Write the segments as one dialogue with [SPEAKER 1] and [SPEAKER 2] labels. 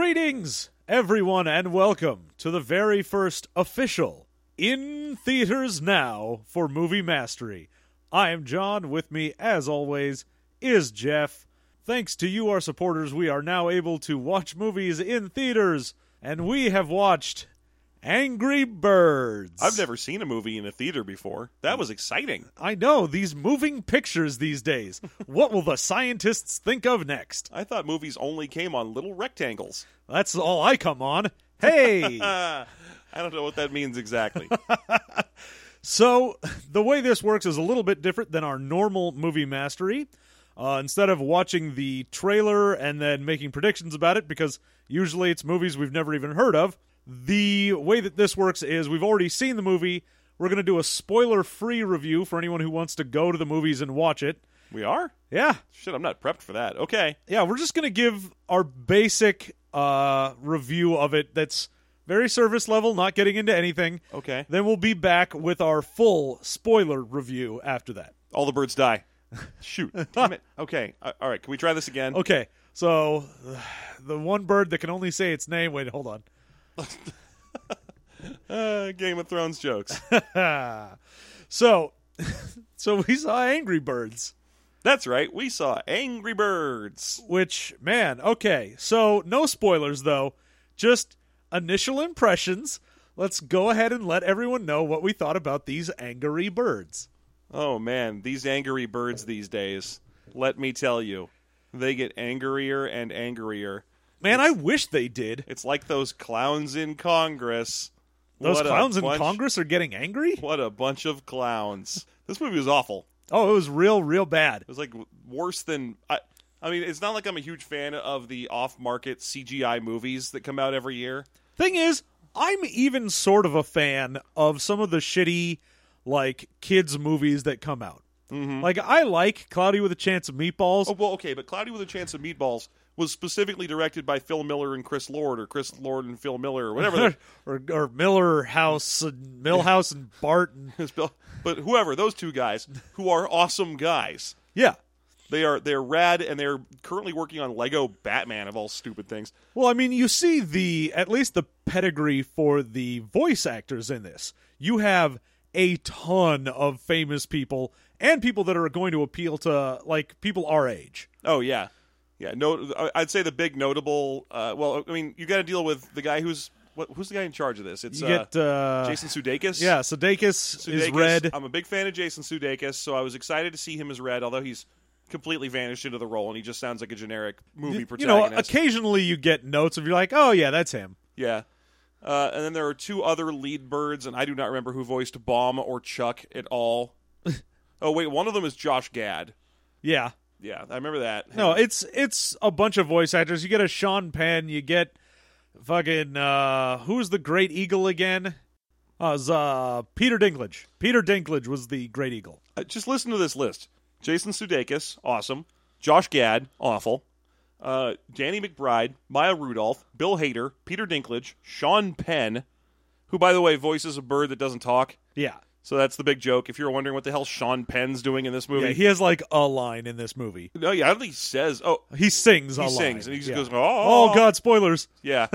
[SPEAKER 1] Greetings, everyone, and welcome to the very first official in theaters now for Movie Mastery. I am John. With me, as always, is Jeff. Thanks to you, our supporters, we are now able to watch movies in theaters, and we have watched Angry Birds.
[SPEAKER 2] I've never seen a movie in a theater before. That was exciting.
[SPEAKER 1] I know these moving pictures these days. what will the scientists think of next?
[SPEAKER 2] I thought movies only came on little rectangles.
[SPEAKER 1] That's all I come on. Hey!
[SPEAKER 2] Uh, I don't know what that means exactly.
[SPEAKER 1] So, the way this works is a little bit different than our normal movie mastery. Uh, instead of watching the trailer and then making predictions about it, because usually it's movies we've never even heard of, the way that this works is we've already seen the movie. We're going to do a spoiler free review for anyone who wants to go to the movies and watch it.
[SPEAKER 2] we are?
[SPEAKER 1] Yeah,
[SPEAKER 2] Shit, I'm not prepped for that. Okay.
[SPEAKER 1] yeah, we're just going to give our basic uh, review of it that's very service level, not getting into anything.
[SPEAKER 2] Okay.
[SPEAKER 1] Then we'll be back with our full spoiler review after that.
[SPEAKER 2] All the birds die. Shoot. Damn it. Okay. A- All right. Can we try this again?
[SPEAKER 1] Okay, so uh, the one bird that can only say its name. Wait, hold on.
[SPEAKER 2] Uh, Game of Thrones jokes.
[SPEAKER 1] So, so we saw Angry Birds,
[SPEAKER 2] That's right. We saw Angry Birds.
[SPEAKER 1] which man, okay. So no spoilers though, just initial impressions. Let's go ahead and let everyone know what we thought about these Angry Birds.
[SPEAKER 2] Oh, man. These angry birds these days. Let me tell you, they get angrier and angrier.
[SPEAKER 1] Man, I wish they did.
[SPEAKER 2] It's like those clowns in Congress.
[SPEAKER 1] Those
[SPEAKER 2] What a
[SPEAKER 1] clowns in
[SPEAKER 2] bunch-
[SPEAKER 1] Congress are getting angry?
[SPEAKER 2] What a bunch of clowns! This movie was awful.
[SPEAKER 1] Oh, it was real, real bad.
[SPEAKER 2] It was like worse than I. I mean, it's not like I'm a huge fan of the off-market CGI movies that come out every year.
[SPEAKER 1] Thing is, I'm even sort of a fan of some of the shitty, like, kids' movies that come out. Like, I like Cloudy with a Chance of Meatballs.
[SPEAKER 2] Mm-hmm. Oh well, okay, but Cloudy with a Chance of Meatballs was specifically directed by Phil Miller and Chris Lord, or Chris Lord and Phil Miller, or whatever. the-
[SPEAKER 1] or, or Miller House and Millhouse and Bart. And,
[SPEAKER 2] it's Bill- but whoever those two guys, who are awesome guys,
[SPEAKER 1] yeah.
[SPEAKER 2] they are they're rad, and they're currently working on Lego Batman of all stupid things.
[SPEAKER 1] Well, I mean, you see the, at least the pedigree for the voice actors in this. You have a ton of famous people and people that are going to appeal to, like, people our age.
[SPEAKER 2] Oh yeah, yeah. No, I- I'd say the big notable. Uh, well, I mean, you got to deal with the guy who's what, who's the guy in charge of this? It's
[SPEAKER 1] You
[SPEAKER 2] uh,
[SPEAKER 1] get uh,
[SPEAKER 2] Jason Sudeikis.
[SPEAKER 1] Yeah, Sudeikis, is
[SPEAKER 2] Sudeikis.
[SPEAKER 1] red.
[SPEAKER 2] I'm a big fan of Jason Sudeikis, so I was excited to see him as Red, although he's completely vanished into the role and he just sounds like a generic movie
[SPEAKER 1] you know,
[SPEAKER 2] protagonist.
[SPEAKER 1] occasionally you get notes of you're like, oh yeah, that's him.
[SPEAKER 2] yeah. Uh, and then there are two other lead birds, and I do not remember who voiced Bomb or Chuck at all. oh wait, one of them is Josh Gad.
[SPEAKER 1] Yeah.
[SPEAKER 2] Yeah, I remember that.
[SPEAKER 1] No, it's it's a bunch of voice actors. You get a Sean Penn. You get fucking uh, who's the Great Eagle again? Uh, it's, uh, Peter Dinklage. Peter Dinklage was the Great Eagle.
[SPEAKER 2] Uh, just listen to this list: Jason Sudeikis, awesome; Josh Gad, awful; uh, Danny McBride, Maya Rudolph, Bill Hader, Peter Dinklage, Sean Penn, who, by the way, voices a bird that doesn't talk.
[SPEAKER 1] Yeah.
[SPEAKER 2] So that's the big joke. If you're wondering what the hell Sean Penn's doing in this movie,
[SPEAKER 1] Yeah, he has like a line in this movie.
[SPEAKER 2] no, yeah, I don't think he says. Oh,
[SPEAKER 1] He sings a
[SPEAKER 2] he
[SPEAKER 1] line.
[SPEAKER 2] sings, and he just
[SPEAKER 1] Yeah.
[SPEAKER 2] goes,
[SPEAKER 1] "Oh God, spoilers!"
[SPEAKER 2] Yeah,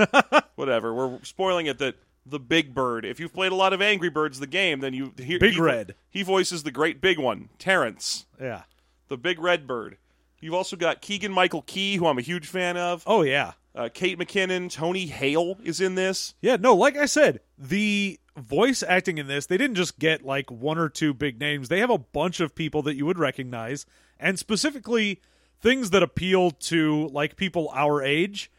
[SPEAKER 2] whatever. We're spoiling it that the big bird. If you've played a lot of Angry Birds, the game, then you he,
[SPEAKER 1] Big
[SPEAKER 2] he-
[SPEAKER 1] Red.
[SPEAKER 2] He voices the great big one, Terrence.
[SPEAKER 1] Yeah.
[SPEAKER 2] the Big Red Bird. You've also got Keegan Michael Key, who I'm a huge fan of.
[SPEAKER 1] Oh yeah.
[SPEAKER 2] Uh, Kate McKinnon, Tony Hale is in this.
[SPEAKER 1] Yeah, no, like I said, the voice acting in this, they didn't just get like one or two big names. They have a bunch of people that you would recognize, and specifically things that appeal to like people our age,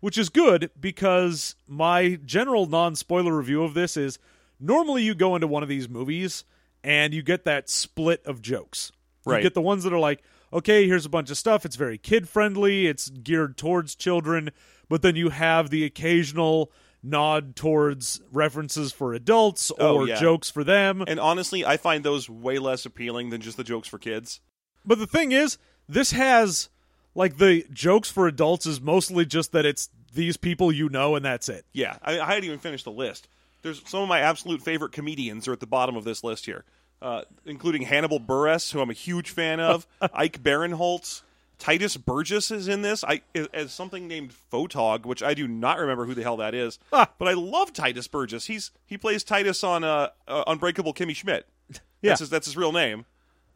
[SPEAKER 1] which is good because my general non spoiler review of this is normally you go into one of these movies and you get that split of jokes. You
[SPEAKER 2] Right.
[SPEAKER 1] get the ones that are like, okay, here's a bunch of stuff. It's very kid friendly. It's geared towards children, but then you have the occasional nod towards references for adults or
[SPEAKER 2] Oh, yeah.
[SPEAKER 1] jokes for them.
[SPEAKER 2] And honestly, I find those way less appealing than just the jokes for kids.
[SPEAKER 1] But the thing is, this has like the jokes for adults is mostly just that it's these people you know and that's it.
[SPEAKER 2] Yeah, I, I hadn't even finished the list. There's some of my absolute favorite comedians are at the bottom of this list here, uh, including Hannibal Buress, who I'm a huge fan of, Ike Barinholtz, Titus Burgess is in this. I as- as something named Photog, which I do not remember who the hell that is.
[SPEAKER 1] Ah.
[SPEAKER 2] But I love Titus Burgess. He's he plays Titus on uh, uh, Unbreakable Kimmy Schmidt.
[SPEAKER 1] Yeah.
[SPEAKER 2] that's his, that's his real name,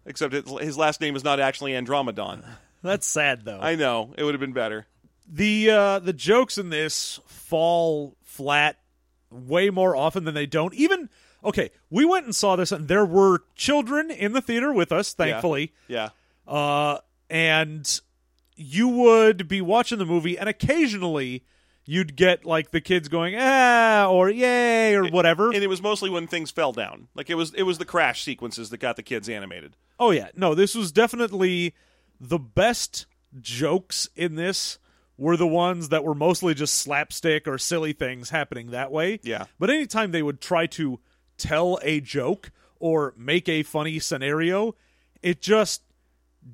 [SPEAKER 2] except it, his last name is not actually Andromedon.
[SPEAKER 1] That's sad though.
[SPEAKER 2] I know it would have been better.
[SPEAKER 1] the uh, the jokes in this fall flat way more often than they don't. Even okay, we went and saw this, and there were children in the theater with us,
[SPEAKER 2] Yeah.
[SPEAKER 1] thankfully.
[SPEAKER 2] yeah.
[SPEAKER 1] Uh, and you would be watching the movie, and occasionally you'd get like the kids going ah or yay or whatever.
[SPEAKER 2] and it was mostly when things fell down. Like it was it was the crash sequences that got the kids animated.
[SPEAKER 1] Oh yeah, no, this was definitely the best jokes in this were the ones that were mostly just slapstick or silly things happening that way.
[SPEAKER 2] Yeah.
[SPEAKER 1] But anytime they would try to tell a joke or make a funny scenario, it just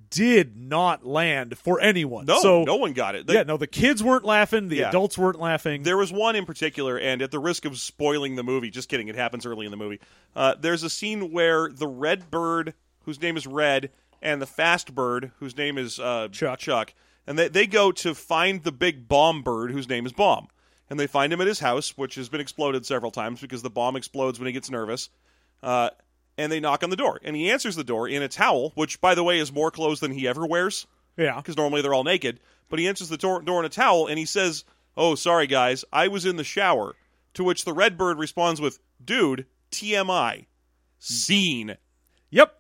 [SPEAKER 1] did not land for anyone.
[SPEAKER 2] No,
[SPEAKER 1] so
[SPEAKER 2] no one got it. They-
[SPEAKER 1] yeah, no, the kids weren't laughing, the
[SPEAKER 2] Yeah.
[SPEAKER 1] adults weren't laughing.
[SPEAKER 2] There was one in particular, and at the risk of spoiling the movie, just kidding, it happens early in the movie. Uh, there's a scene where the red bird, whose name is Red, and the fast bird, whose name is uh,
[SPEAKER 1] Chuck.
[SPEAKER 2] Chuck, and they, they go to find the big bomb bird, whose name is Bomb. And they find him at his house, which has been exploded several times because the bomb explodes when he gets nervous. Uh, and they knock on the door, and he answers the door in a towel, which, by the way, is more clothes than he ever wears
[SPEAKER 1] yeah.
[SPEAKER 2] because normally they're all naked. But he answers the door, door in a towel and he says, "Oh, sorry guys, I was in the shower." To which the red bird responds with, "Dude, TMI." Scene.
[SPEAKER 1] Yep.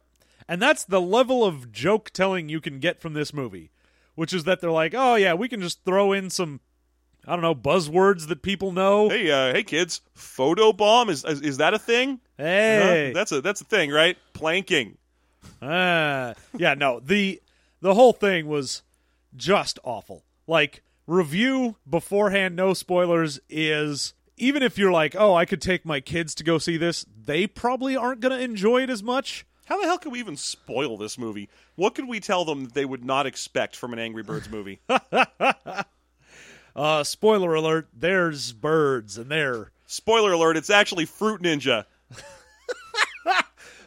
[SPEAKER 1] And that's the level of joke telling you can get from this movie, which is that they're like, oh, yeah, we can just throw in some, I don't know, buzzwords that people know.
[SPEAKER 2] Hey, uh, hey kids, photo bomb is, is is that a thing? Huh?
[SPEAKER 1] Hey.
[SPEAKER 2] That's a that's a thing, right? Planking.
[SPEAKER 1] Ah. yeah, no. The the whole thing was just awful. Like review beforehand no spoilers is even if you're like, "Oh, I could take my kids to go see this," they probably aren't going to enjoy it as much.
[SPEAKER 2] How the hell could we even spoil this movie? What could we tell them that they would not expect from an Angry Birds movie?
[SPEAKER 1] Uh spoiler alert, there's birds and they're
[SPEAKER 2] Spoiler alert, it's actually Fruit Ninja.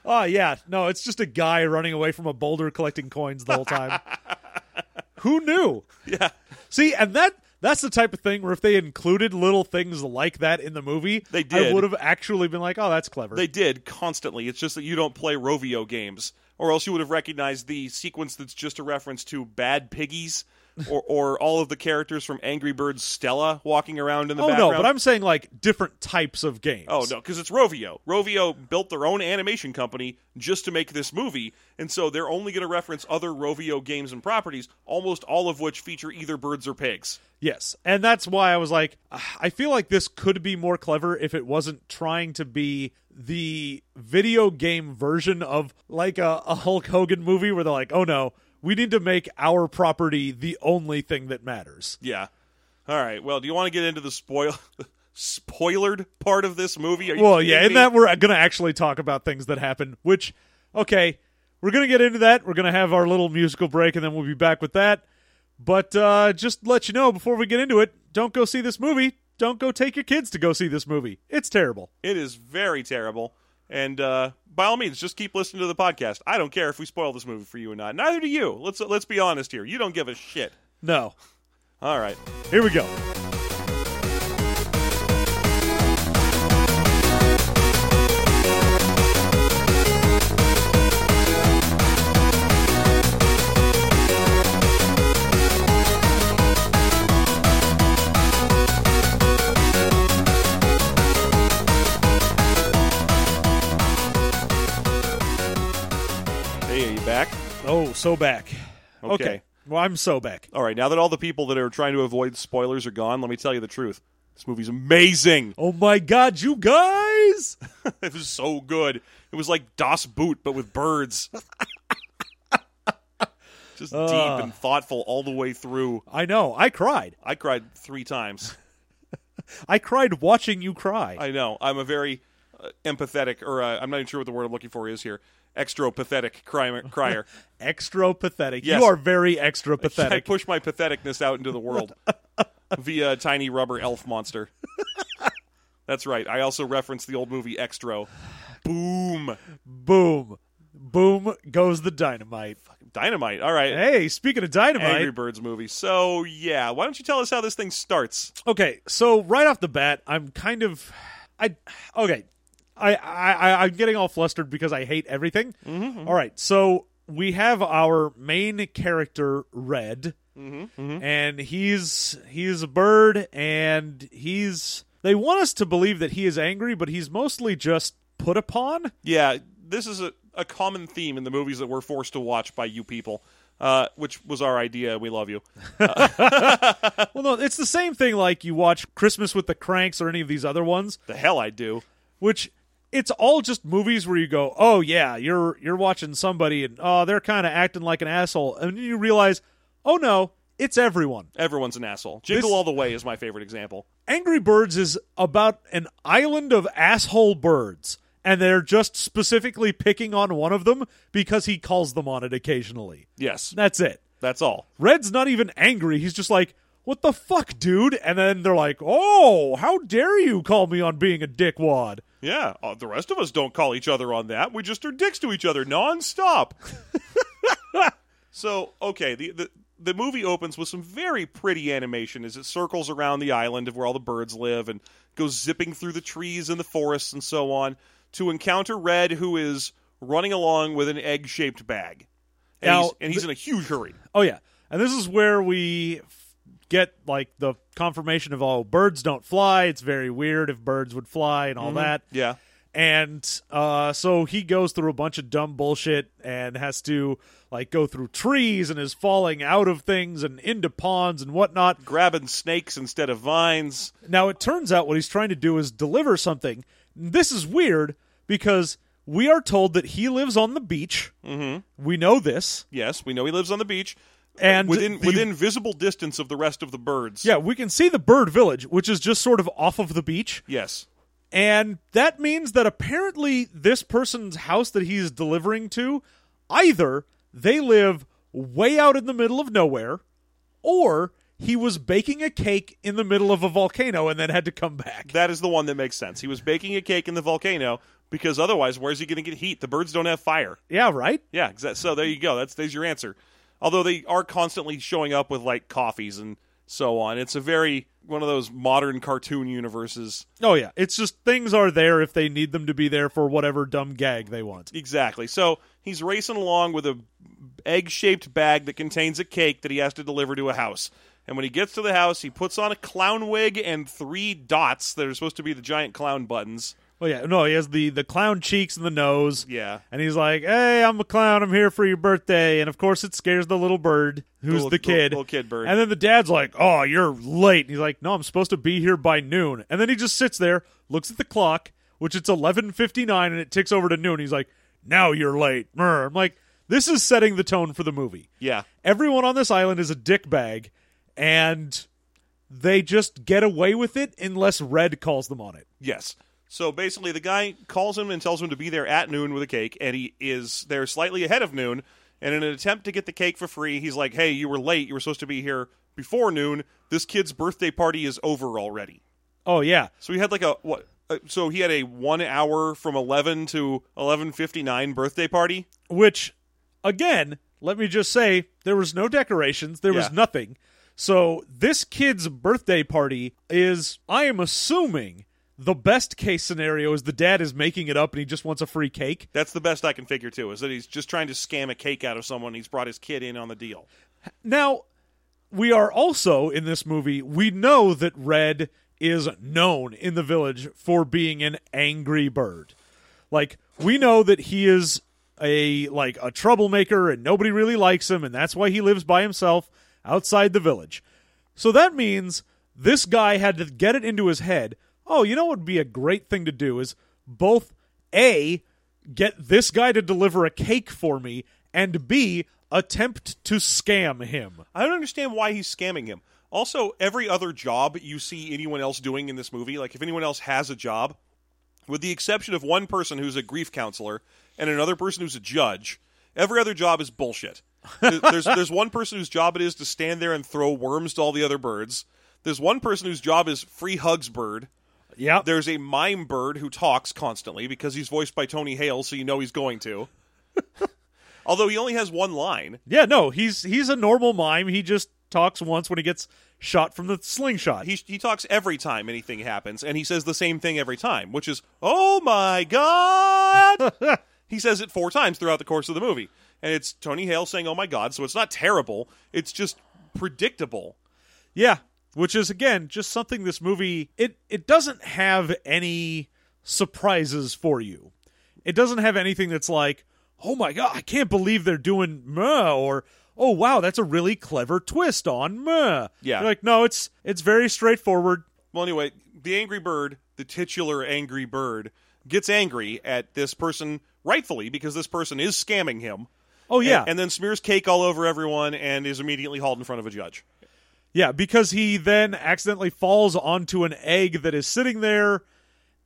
[SPEAKER 1] Oh yeah, no, it's just a guy running away from a boulder collecting coins the whole time. Who knew?
[SPEAKER 2] Yeah.
[SPEAKER 1] See, and that that's the type of thing where if they included little things like that in the movie,
[SPEAKER 2] They did.
[SPEAKER 1] I would have actually been like, "Oh, that's clever."
[SPEAKER 2] They did constantly. It's just that you don't play Rovio games, or else you would have recognized the sequence that's just a reference to Bad Piggies, or, or all of the characters from Angry Birds Stella walking around in the
[SPEAKER 1] oh no,
[SPEAKER 2] background.
[SPEAKER 1] but I'm saying like different types of games.
[SPEAKER 2] Oh no, because it's Rovio. Rovio built their own animation company just to make this movie, and so they're only going to reference other Rovio games and properties, almost all of which feature either birds or pigs.
[SPEAKER 1] Yes, and that's why I was like, "Ah, I feel like this could be more clever if it wasn't trying to be the video game version of like a, a Hulk Hogan movie where they're like, "Oh no, we need to make our property the only thing that matters."
[SPEAKER 2] Yeah. All right. Well, do you want to get into the spoil spoilered part of this movie? Are you
[SPEAKER 1] Well,
[SPEAKER 2] kidding
[SPEAKER 1] yeah,
[SPEAKER 2] me?
[SPEAKER 1] in that we're going to actually talk about things that happen, which, okay, we're going to get into that. We're going to have our little musical break, and then we'll be back with that. But uh, just to let you know before we get into it, don't go see this movie. Don't go take your kids to go see this movie. It's terrible.
[SPEAKER 2] It is very terrible. And uh, by all means, just keep listening to the podcast. I don't care if we spoil this movie for you or not. Neither do you. Let's let's be honest here. You don't give a shit.
[SPEAKER 1] No.
[SPEAKER 2] All right.
[SPEAKER 1] Here we go.
[SPEAKER 2] Hey, are you back?
[SPEAKER 1] Oh, so back. Okay.
[SPEAKER 2] Okay.
[SPEAKER 1] Well, I'm so back.
[SPEAKER 2] All right. Now that all the people that are trying to avoid spoilers are gone, let me tell you the truth. This movie's amazing.
[SPEAKER 1] Oh my God, you guys!
[SPEAKER 2] it was so good. It was like Das Boot, but with birds. just deep and thoughtful all the way through.
[SPEAKER 1] I know. I cried.
[SPEAKER 2] I cried three times.
[SPEAKER 1] I cried watching you cry.
[SPEAKER 2] I know. I'm a very uh, empathetic, or uh, I'm not even sure what the word I'm looking for is here. Extra pathetic crier. crier.
[SPEAKER 1] extra pathetic.
[SPEAKER 2] Yes.
[SPEAKER 1] You are very extra
[SPEAKER 2] I
[SPEAKER 1] pathetic.
[SPEAKER 2] push my patheticness out into the world via a tiny rubber elf monster. That's right. I also referenced the old movie Extro. Boom.
[SPEAKER 1] Boom. Boom goes the dynamite.
[SPEAKER 2] Dynamite. All right.
[SPEAKER 1] Hey, speaking of dynamite,
[SPEAKER 2] Angry Birds movie. So, yeah, why don't you tell us how this thing starts?
[SPEAKER 1] okay. So right off the bat, I'm kind of, I, okay, I, I, I I'm getting all flustered because I hate everything. All right, so we have our main character Red, and he's he's a bird, and he's they want us to believe that he is angry, but he's mostly just put upon.
[SPEAKER 2] Yeah, this is a, a common theme in the movies that we're forced to watch by you people, uh, which was our idea. We love you.
[SPEAKER 1] Well, no, it's the same thing. Like you watch Christmas with the Cranks or any of these other ones,
[SPEAKER 2] The hell I do.
[SPEAKER 1] which it's all just movies where you go, "Oh yeah, you're you're watching somebody and oh, they're kind of acting like an asshole." And then you realize, "Oh no, it's everyone."
[SPEAKER 2] Everyone's an asshole. Jingle
[SPEAKER 1] This-
[SPEAKER 2] All the Way is my favorite example.
[SPEAKER 1] Angry Birds is about an island of asshole birds, and they're just specifically picking on one of them because he calls them on it occasionally.
[SPEAKER 2] Yes,
[SPEAKER 1] That's it.
[SPEAKER 2] that's all.
[SPEAKER 1] Red's not even angry. He's just like, "What the fuck, dude?" And then they're like, "Oh, how dare you call me on being a dickwad?"
[SPEAKER 2] Yeah, uh, the rest of us don't call each other on that. We just are dicks to each other nonstop. so, okay, the, the the movie opens with some very pretty animation as it circles around the island of where all the birds live and goes zipping through the trees and the forests and so on to encounter Red, who is running along with an egg shaped bag. And,
[SPEAKER 1] Now,
[SPEAKER 2] he's, and he's in a huge hurry.
[SPEAKER 1] Oh yeah, and this is where we f- get like the confirmation of all birds don't fly. It's very weird if birds would fly and all that.
[SPEAKER 2] Mm-hmm. Yeah.
[SPEAKER 1] And uh, so he goes through a bunch of dumb bullshit and has to like go through trees and is falling out of things and into ponds and whatnot.
[SPEAKER 2] Grabbing snakes instead of vines.
[SPEAKER 1] Now it turns out what he's trying to do is deliver something. This is weird because we are told that he lives on the beach. Mm-hmm. We know this.
[SPEAKER 2] Yes, we know he lives on the beach.
[SPEAKER 1] And
[SPEAKER 2] within
[SPEAKER 1] the-
[SPEAKER 2] within visible distance of the rest of the birds.
[SPEAKER 1] Yeah, we can see the bird village, which is just sort of off of the beach.
[SPEAKER 2] Yes.
[SPEAKER 1] And that means that apparently this person's house that he's delivering to, either they live way out in the middle of nowhere, or he was baking a cake in the middle of a volcano and then had to come back.
[SPEAKER 2] That is the one that makes sense. He was baking a cake in the volcano because otherwise, where's he going to get heat? The birds don't have fire.
[SPEAKER 1] Yeah, right?
[SPEAKER 2] Yeah, exa- so there you go. That's there's your answer. Although they are constantly showing up with like coffees and so on. It's a very one of those modern cartoon universes.
[SPEAKER 1] Oh, yeah. It's just things are there if they need them to be there for whatever dumb gag they want.
[SPEAKER 2] Exactly. So he's racing along with a egg-shaped bag that contains a cake that he has to deliver to a house. And when he gets to the house, he puts on a clown wig and three dots that are supposed to be the giant clown buttons.
[SPEAKER 1] Oh, yeah. No, he has the, the clown cheeks and the nose.
[SPEAKER 2] Yeah.
[SPEAKER 1] And he's like, "Hey, I'm a clown. I'm here for your birthday." And of course, it scares the little bird, who's the,
[SPEAKER 2] little-
[SPEAKER 1] kid,
[SPEAKER 2] the little kid bird.
[SPEAKER 1] And then the dad's like, "Oh, you're late." And he's like, "No, I'm supposed to be here by noon." And then he just sits there, looks at the clock, which it's 11:59, and it ticks over to noon. He's like, "Now you're late." Mer. I'm like, "This is setting the tone for the movie."
[SPEAKER 2] Yeah.
[SPEAKER 1] Everyone on this island is a dick bag, and they just get away with it unless Red calls them on it.
[SPEAKER 2] Yes. So basically, the guy calls him and tells him to be there at noon with a cake, and he is there slightly ahead of noon. And in an attempt to get the cake for free, he's like, "Hey, you were late. You were supposed to be here before noon. This kid's birthday party is over already."
[SPEAKER 1] Oh yeah.
[SPEAKER 2] So he had like a what? Uh, so he had a one hour from eleven to eleven fifty nine birthday party.
[SPEAKER 1] which again let me just say there was no decorations there was
[SPEAKER 2] Yeah.
[SPEAKER 1] nothing so this kid's birthday party is i am assuming the best case scenario is the dad is making it up and he just wants a free cake
[SPEAKER 2] That's the best I can figure too. Is that he's just trying to scam a cake out of someone. He's brought his kid in on the deal.
[SPEAKER 1] now we are also in this movie we know that red is known in the village for being an angry bird like we know that he is a like a troublemaker and nobody really likes him and that's why he lives by himself outside the village so that means this guy had to get it into his head oh you know what would be a great thing to do is both a get this guy to deliver a cake for me and b attempt to scam him
[SPEAKER 2] I don't understand why he's scamming him. Also, every other job you see anyone else doing in this movie, like if anyone else has a job, with the exception of one person who's a grief counselor and another person who's a judge, every other job is bullshit. There- there's there's one person whose job it is to stand there and throw worms to all the other birds. There's one person whose job is free hugs bird.
[SPEAKER 1] yeah
[SPEAKER 2] There's a mime bird who talks constantly because he's voiced by Tony Hale, so you know he's going to. Although he only has one line.
[SPEAKER 1] Yeah, no, he's he's a normal mime. He just talks once when he gets shot from the slingshot.
[SPEAKER 2] He, he talks every time anything happens, and he says the same thing every time, which is, oh my God! he says it four times throughout the course of the movie. And it's Tony Hale saying, oh my God, so it's not terrible. It's just predictable.
[SPEAKER 1] yeah, which is again just something this movie it it doesn't have any surprises for you. It doesn't have anything that's like, "Oh my god, I can't believe they're doing meh," or "Oh wow, that's a really clever twist on meh."
[SPEAKER 2] Yeah.
[SPEAKER 1] You're like, "No, it's it's very straightforward.
[SPEAKER 2] Well, anyway, the angry bird, the titular angry bird, gets angry at this person, rightfully, because this person is scamming him.
[SPEAKER 1] Oh yeah."
[SPEAKER 2] And, and then smears cake all over everyone and is immediately hauled in front of a judge.
[SPEAKER 1] Yeah, because he then accidentally falls onto an egg that is sitting there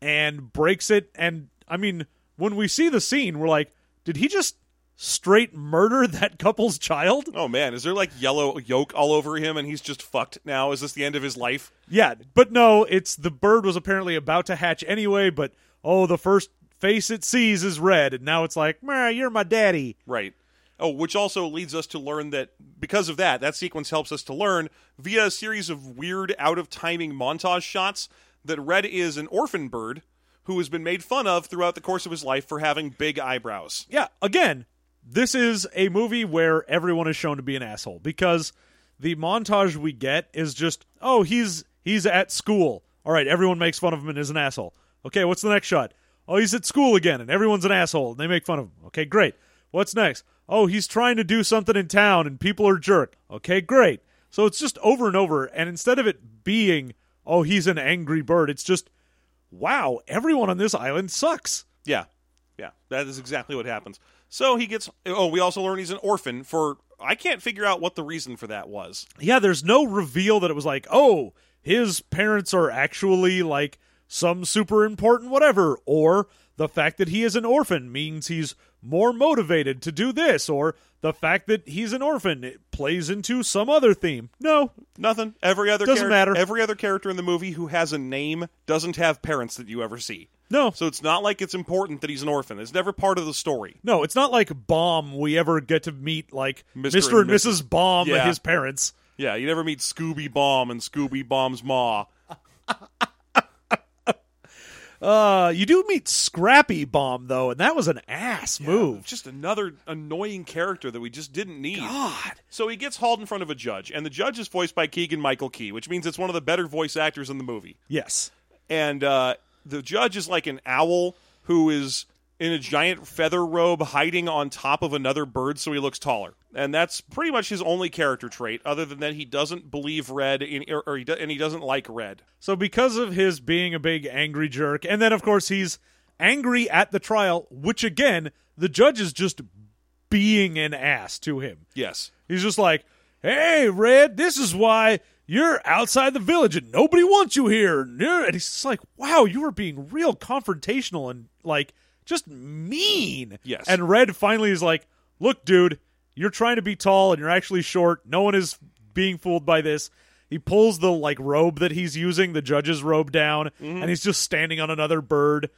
[SPEAKER 1] and breaks it. And I mean, when we see the scene, we're like, did he just straight murder that couple's child?
[SPEAKER 2] Oh man, is there like yellow yolk all over him and he's just fucked now? Is this the end of his life?
[SPEAKER 1] Yeah, but no, it's the bird was apparently about to hatch anyway, but oh, the first face it sees is red. And now it's like, meh, you're my daddy.
[SPEAKER 2] Right. Oh, which also leads us to learn that because of that, that sequence helps us to learn via a series of weird, out of timing montage shots that Red is an orphan bird who has been made fun of throughout the course of his life for having big eyebrows.
[SPEAKER 1] yeah, again, this is a movie where everyone is shown to be an asshole because the montage we get is just, oh, he's he's at school. All right, everyone makes fun of him and is an asshole. Okay, what's the next shot? Oh, he's at school again and everyone's an asshole and they make fun of him. Okay, great. What's next? Oh, he's trying to do something in town and people are jerk. Okay, great. So it's just over and over and instead of it being, oh, he's an angry bird, it's just wow, everyone on this island sucks.
[SPEAKER 2] Yeah. Yeah. That is exactly what happens. So he gets. Oh, we also learn he's an orphan for. I can't figure out what the reason for that was.
[SPEAKER 1] yeah, there's no reveal that it was like, oh, his parents are actually like some super important whatever, or the fact that he is an orphan means he's more motivated to do this, or the fact that he's an orphan it plays into some other theme. No,
[SPEAKER 2] Nothing. Every other
[SPEAKER 1] Doesn't
[SPEAKER 2] charac-
[SPEAKER 1] matter.
[SPEAKER 2] Every other character in the movie who has a name doesn't have parents that you ever see.
[SPEAKER 1] no,
[SPEAKER 2] So it's not like it's important that he's an orphan. It's never part of the story.
[SPEAKER 1] no. It's not like Bomb. We ever get to meet like
[SPEAKER 2] Mr.
[SPEAKER 1] Mr. and
[SPEAKER 2] and
[SPEAKER 1] Mrs. Bomb
[SPEAKER 2] Yeah.
[SPEAKER 1] and his parents.
[SPEAKER 2] Yeah, you never meet Scooby Bomb and Scooby Bomb's ma.
[SPEAKER 1] Uh, you do meet Scrappy Bomb though, and that was an ass move.
[SPEAKER 2] Just another annoying character that we just didn't need.
[SPEAKER 1] God.
[SPEAKER 2] So he gets hauled in front of a judge, and the judge is voiced by Keegan Michael Key, which means it's one of the better voice actors in the movie.
[SPEAKER 1] Yes.
[SPEAKER 2] and uh, the judge is like an owl who is in a giant feather robe hiding on top of another bird so he looks taller and that's pretty much his only character trait other than that he doesn't believe red in, or, or he do, and he doesn't like red
[SPEAKER 1] So because of his being a big angry jerk, and then of course he's angry at the trial, which again the judge is just being an ass to him.
[SPEAKER 2] yes
[SPEAKER 1] He's just like, "Hey, Red, this is why you're outside the village and nobody wants you here." And you're- and he's just like, "Wow, you are being real confrontational and like just mean."
[SPEAKER 2] Yes.
[SPEAKER 1] And Red finally is like, "Look, dude, you're trying to be tall and you're actually short. No one is being fooled by this." He pulls the like robe that he's using, the judge's robe down, and he's just standing on another bird.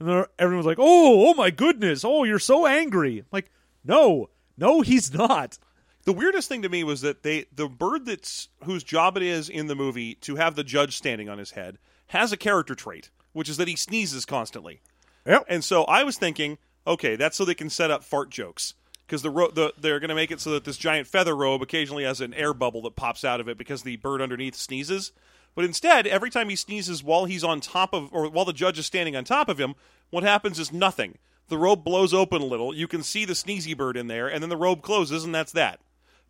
[SPEAKER 1] And they're- everyone's like, "Oh, oh my goodness! Oh, you're so angry!" I'm like, no, no, he's not.
[SPEAKER 2] the weirdest thing to me was that they the bird that's whose job it is in the movie to have the judge standing on his head has a character trait which is that he sneezes constantly
[SPEAKER 1] Yep.
[SPEAKER 2] And so I was thinking, okay, that's so they can set up fart jokes because the, ro- the they're going to make it so that this giant feather robe occasionally has an air bubble that pops out of it because the bird underneath sneezes. But instead, every time he sneezes while he's on top of or while the judge is standing on top of him, what happens is nothing. The robe blows open a little. You can see the sneezy bird in there, and then the robe closes, and that's that.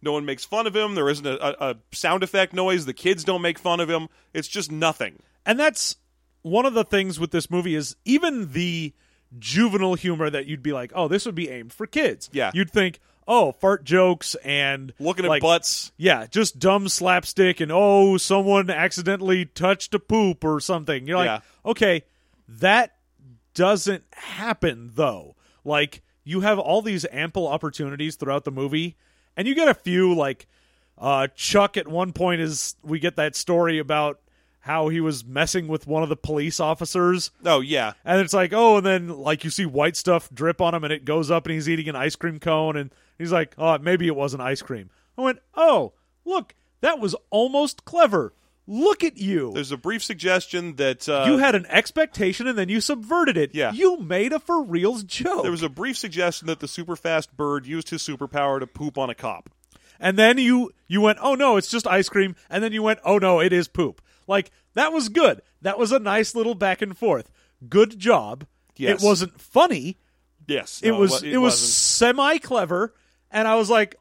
[SPEAKER 2] No one makes fun of him. There isn't a, a, a sound effect noise. The kids don't make fun of him. It's just nothing.
[SPEAKER 1] and that's one of the things with this movie is even the juvenile humor that you'd be like, oh, this would be aimed for kids.
[SPEAKER 2] Yeah.
[SPEAKER 1] You'd think, oh, fart jokes and
[SPEAKER 2] Looking at
[SPEAKER 1] like,
[SPEAKER 2] butts.
[SPEAKER 1] Yeah, just dumb slapstick and oh, someone accidentally touched a poop or something. You're like,
[SPEAKER 2] Yeah.
[SPEAKER 1] okay, that doesn't happen though. Like you have all these ample opportunities throughout the movie, and you get a few like uh, Chuck at one point is we get that story about how he was messing with one of the police officers.
[SPEAKER 2] Oh yeah,
[SPEAKER 1] And it's like, oh, and then like you see white stuff drip on him and it goes up and he's eating an ice cream cone and he's like, oh, maybe it wasn't ice cream. I went, oh, look, that was almost clever. Look at you.
[SPEAKER 2] there's a brief suggestion that uh,
[SPEAKER 1] you had an expectation and then you subverted it.
[SPEAKER 2] Yeah.
[SPEAKER 1] You made a for reals joke.
[SPEAKER 2] there was a brief suggestion that the super fast bird used his superpower to poop on a cop.
[SPEAKER 1] and then you you went, "Oh no, it's just ice cream." And then you went, "Oh no, it is poop." Like that was good. That was a nice little back and forth. Good job.
[SPEAKER 2] Yes.
[SPEAKER 1] It wasn't funny.
[SPEAKER 2] Yes,
[SPEAKER 1] It
[SPEAKER 2] no,
[SPEAKER 1] was
[SPEAKER 2] wa-
[SPEAKER 1] it, was
[SPEAKER 2] wasn't.
[SPEAKER 1] semi clever, and I was like,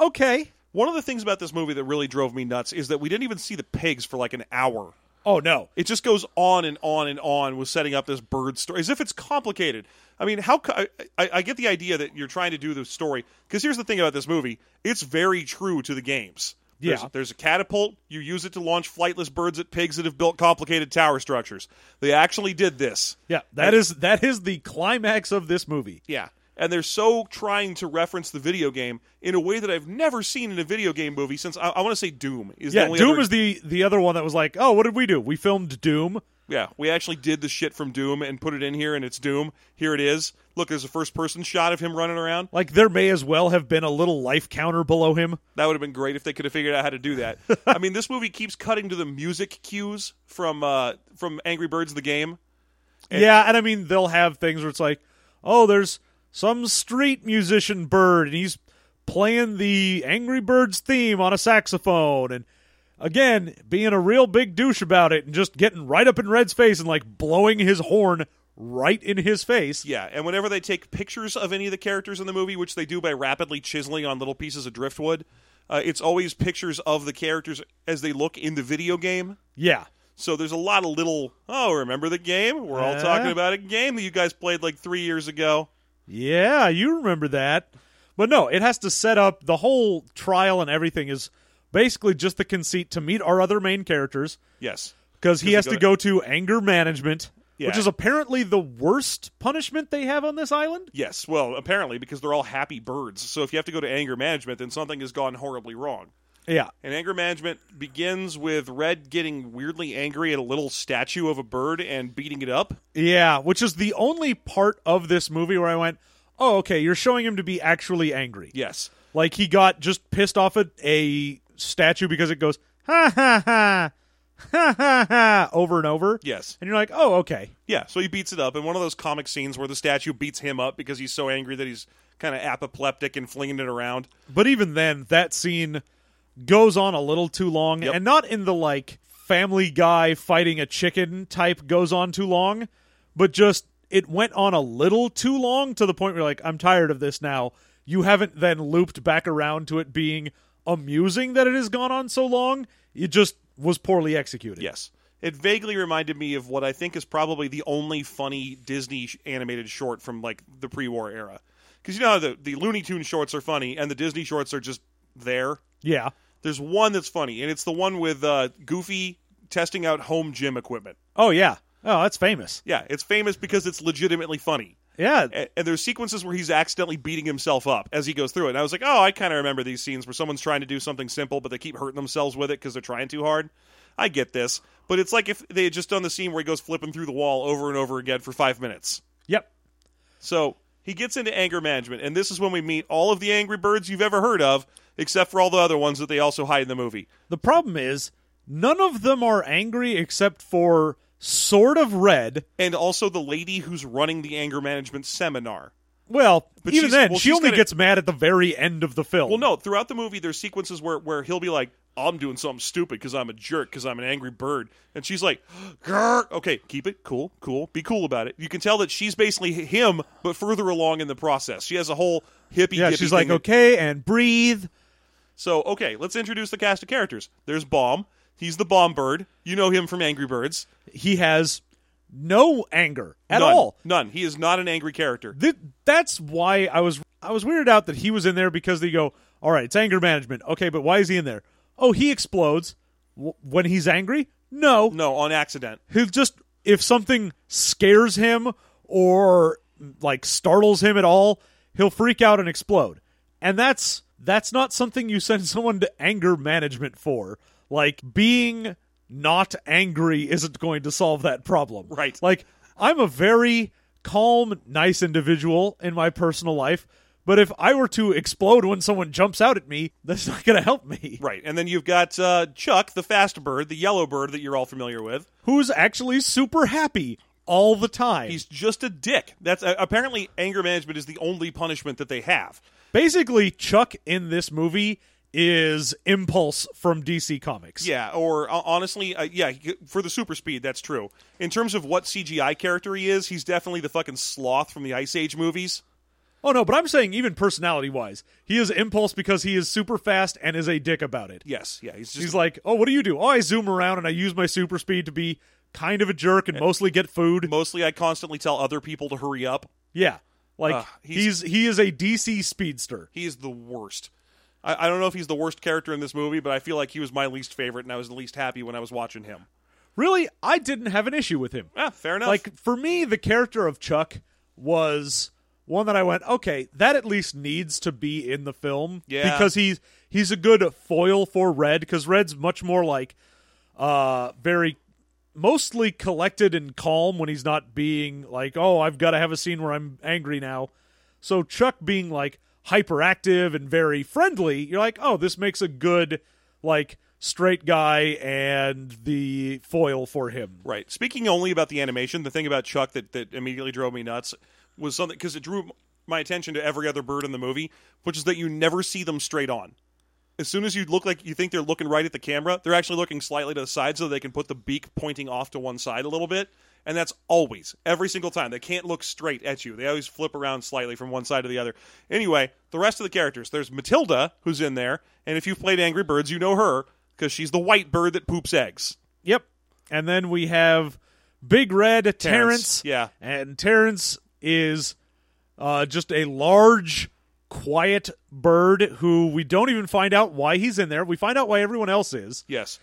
[SPEAKER 1] "Okay."
[SPEAKER 2] One of the things about this movie that really drove me nuts is that we didn't even see the pigs for like an hour.
[SPEAKER 1] Oh no.
[SPEAKER 2] It just goes on and on and on with setting up this bird story, as if it's complicated. I mean, how? co- I, I, I get the idea that you're trying to do the story because here's the thing about this movie: it's very true to the games. There's,
[SPEAKER 1] Yeah.
[SPEAKER 2] there's a catapult. You use it to launch flightless birds at pigs that have built complicated tower structures. They actually did this.
[SPEAKER 1] Yeah, that is that is the climax of this movie.
[SPEAKER 2] Yeah. And they're so trying to reference the video game in a way that I've never seen in a video game movie since I, I want to say Doom is the
[SPEAKER 1] Yeah,
[SPEAKER 2] only
[SPEAKER 1] Doom
[SPEAKER 2] other-
[SPEAKER 1] is the the other one that was like, "Oh, what did we do? We filmed Doom."
[SPEAKER 2] Yeah, we actually did the shit from Doom and put it in here, and it's Doom. Here it is. Look, there's a first person shot of him running around.
[SPEAKER 1] Like there may as well have been a little life counter below him.
[SPEAKER 2] That would have been great if they could have figured out how to do that. I mean, this movie keeps cutting to the music cues from uh, from Angry Birds the game.
[SPEAKER 1] yeah, and I mean they'll have things where it's like, oh, there's some street musician bird, and he's playing the Angry Birds theme on a saxophone, and again being a real big douche about it, and just getting right up in Red's face and like blowing his horn right in his face.
[SPEAKER 2] Yeah, and whenever they take pictures of any of the characters in the movie, which they do by rapidly chiseling on little pieces of driftwood, uh, it's always pictures of the characters as they look in the video game.
[SPEAKER 1] Yeah,
[SPEAKER 2] So there's a lot of little. Oh, remember the game? We're all
[SPEAKER 1] Yeah.
[SPEAKER 2] talking about a game that you guys played like three years ago.
[SPEAKER 1] yeah, you remember that. But no, it has to set up the whole trial and everything is basically just the conceit to meet our other main characters.
[SPEAKER 2] Yes.
[SPEAKER 1] because he has
[SPEAKER 2] they
[SPEAKER 1] to go to anger management, which
[SPEAKER 2] Yeah.
[SPEAKER 1] is apparently the worst punishment they have on this island.
[SPEAKER 2] Yes, well, apparently because they're all happy birds. So if you have to go to anger management, then something has gone horribly wrong.
[SPEAKER 1] Yeah,
[SPEAKER 2] And anger management begins with Red getting weirdly angry at a little statue of a bird and beating it up.
[SPEAKER 1] yeah, which is the only part of this movie where I went, "Oh, okay, you're showing him to be actually angry."
[SPEAKER 2] Yes.
[SPEAKER 1] Like he got just pissed off at a statue because it goes ha ha ha ha ha ha over and over.
[SPEAKER 2] Yes.
[SPEAKER 1] and you're like, "Oh, okay."
[SPEAKER 2] Yeah, so he beats it up in one of those comic scenes where the statue beats him up because he's so angry that he's kind of apoplectic and flinging it around.
[SPEAKER 1] But even then, that scene goes on a little too long,
[SPEAKER 2] Yep.
[SPEAKER 1] and not in the like Family Guy fighting a chicken type goes on too long, but just it went on a little too long to the point where like I'm tired of this now. You haven't then looped back around to it being amusing that it has gone on so long. It just was poorly executed.
[SPEAKER 2] Yes. It vaguely reminded me of what I think is probably the only funny Disney sh- animated short from like the pre-war era. Cuz you know how the the Looney Tune shorts are funny and the Disney shorts are just there.
[SPEAKER 1] Yeah.
[SPEAKER 2] There's one that's funny and it's the one with uh, Goofy testing out home gym equipment.
[SPEAKER 1] Oh yeah. Oh, that's famous.
[SPEAKER 2] Yeah, it's famous because it's legitimately funny.
[SPEAKER 1] Yeah.
[SPEAKER 2] A- and there's sequences where he's accidentally beating himself up as he goes through it. And I was like, oh, I kind of remember these scenes where someone's trying to do something simple, but they keep hurting themselves with it because they're trying too hard. I get this, but it's like if they had just done the scene where he goes flipping through the wall over and over again for five minutes.
[SPEAKER 1] Yep.
[SPEAKER 2] So he gets into anger management, and this is when we meet all of the angry birds you've ever heard of, except for all the other ones that they also hide in the movie.
[SPEAKER 1] The problem is none of them are angry except for sort of red
[SPEAKER 2] And also the lady who's running the anger management seminar.
[SPEAKER 1] Well,
[SPEAKER 2] But
[SPEAKER 1] even
[SPEAKER 2] she's-
[SPEAKER 1] then,
[SPEAKER 2] well,
[SPEAKER 1] she
[SPEAKER 2] she's
[SPEAKER 1] only
[SPEAKER 2] gotta-
[SPEAKER 1] gets mad at the very end of the film.
[SPEAKER 2] Well, no. Throughout the movie, there's sequences where where he'll be like, "I'm doing something stupid because I'm a jerk because I'm an angry bird," and she's like, "Grr." "Okay, keep it cool, cool, be cool about it." You can tell that she's basically him, but further along in the process. She has a whole hippie.
[SPEAKER 1] yeah,
[SPEAKER 2] dippy
[SPEAKER 1] she's like,
[SPEAKER 2] thing that-
[SPEAKER 1] okay, and breathe.
[SPEAKER 2] So, okay, let's introduce the cast of characters. There's Bomb. He's the bomb bird. You know him from Angry Birds.
[SPEAKER 1] He has no anger at
[SPEAKER 2] None.
[SPEAKER 1] all.
[SPEAKER 2] None. He is not an angry character.
[SPEAKER 1] Th- that's why I was I was weirded out that he was in there because they go, all right, it's anger management. Okay, but why is he in there? Oh, he explodes w- when he's angry. No,
[SPEAKER 2] No, on accident.
[SPEAKER 1] he'll just if something scares him or like startles him at all, he'll freak out and explode. And that's that's not something you send someone to anger management for. Like being not angry isn't going to solve that problem.
[SPEAKER 2] Right.
[SPEAKER 1] Like, I'm a very calm, nice individual in my personal life, but if I were to explode when someone jumps out at me, that's not going to help me.
[SPEAKER 2] Right. And then you've got uh, Chuck, the fast bird, the yellow bird that you're all familiar with.
[SPEAKER 1] Who's actually super happy all the time.
[SPEAKER 2] He's just a dick. That's uh, apparently anger management is the only punishment that they have.
[SPEAKER 1] Basically, Chuck in this movie is Impulse from DC Comics.
[SPEAKER 2] Yeah, or uh, honestly, uh, yeah, he- for the super speed, that's true. In terms of what CGI character he is, he's definitely the fucking sloth from the Ice Age movies.
[SPEAKER 1] Oh no, but I'm saying even personality wise, he is impulse because he is super fast and is a dick about it.
[SPEAKER 2] Yes, yeah, he's just
[SPEAKER 1] He's like, oh, what do you do? Oh, I zoom around and I use my super speed to be kind of a jerk and mostly get food.
[SPEAKER 2] mostly I constantly tell other people to hurry up.
[SPEAKER 1] Yeah, like
[SPEAKER 2] Ugh,
[SPEAKER 1] he's,
[SPEAKER 2] Uh, he's-
[SPEAKER 1] he is a DC speedster.
[SPEAKER 2] He is the worst. I, I don't know if he's the worst character in this movie, but I feel like he was my least favorite, and I was the least happy when I was watching him.
[SPEAKER 1] Really, I didn't have an issue with him.
[SPEAKER 2] Ah, fair enough.
[SPEAKER 1] Like for me, the character of Chuck was one that I went, okay, that at least needs to be in the film
[SPEAKER 2] Yeah.
[SPEAKER 1] because he's he's a good foil for Red because Red's much more like uh very mostly collected and calm when he's not being like, oh, I've got to have a scene where I'm angry now. So Chuck being like hyperactive and very friendly, you're like, oh, this makes a good like straight guy and the foil for him.
[SPEAKER 2] Right. Speaking only about the animation, the thing about Chuck that, that immediately drove me nuts was something because it drew my attention to every other bird in the movie, which is that you never see them straight on. As soon as you look like you think they're looking right at the camera, they're actually looking slightly to the side so they can put the beak pointing off to one side a little bit. And that's always, every single time. They can't look straight at you. They always flip around slightly from one side to the other. Anyway, the rest of the characters there's Matilda, who's in there. And if you've played Angry Birds, you know her because she's the white bird that poops eggs.
[SPEAKER 1] Yep. And then we have Big Red Terrence.
[SPEAKER 2] Terrence, yeah.
[SPEAKER 1] And Terrence is uh, just a large, quiet bird who we don't even find out why he's in there. We find out why everyone else is.
[SPEAKER 2] Yes.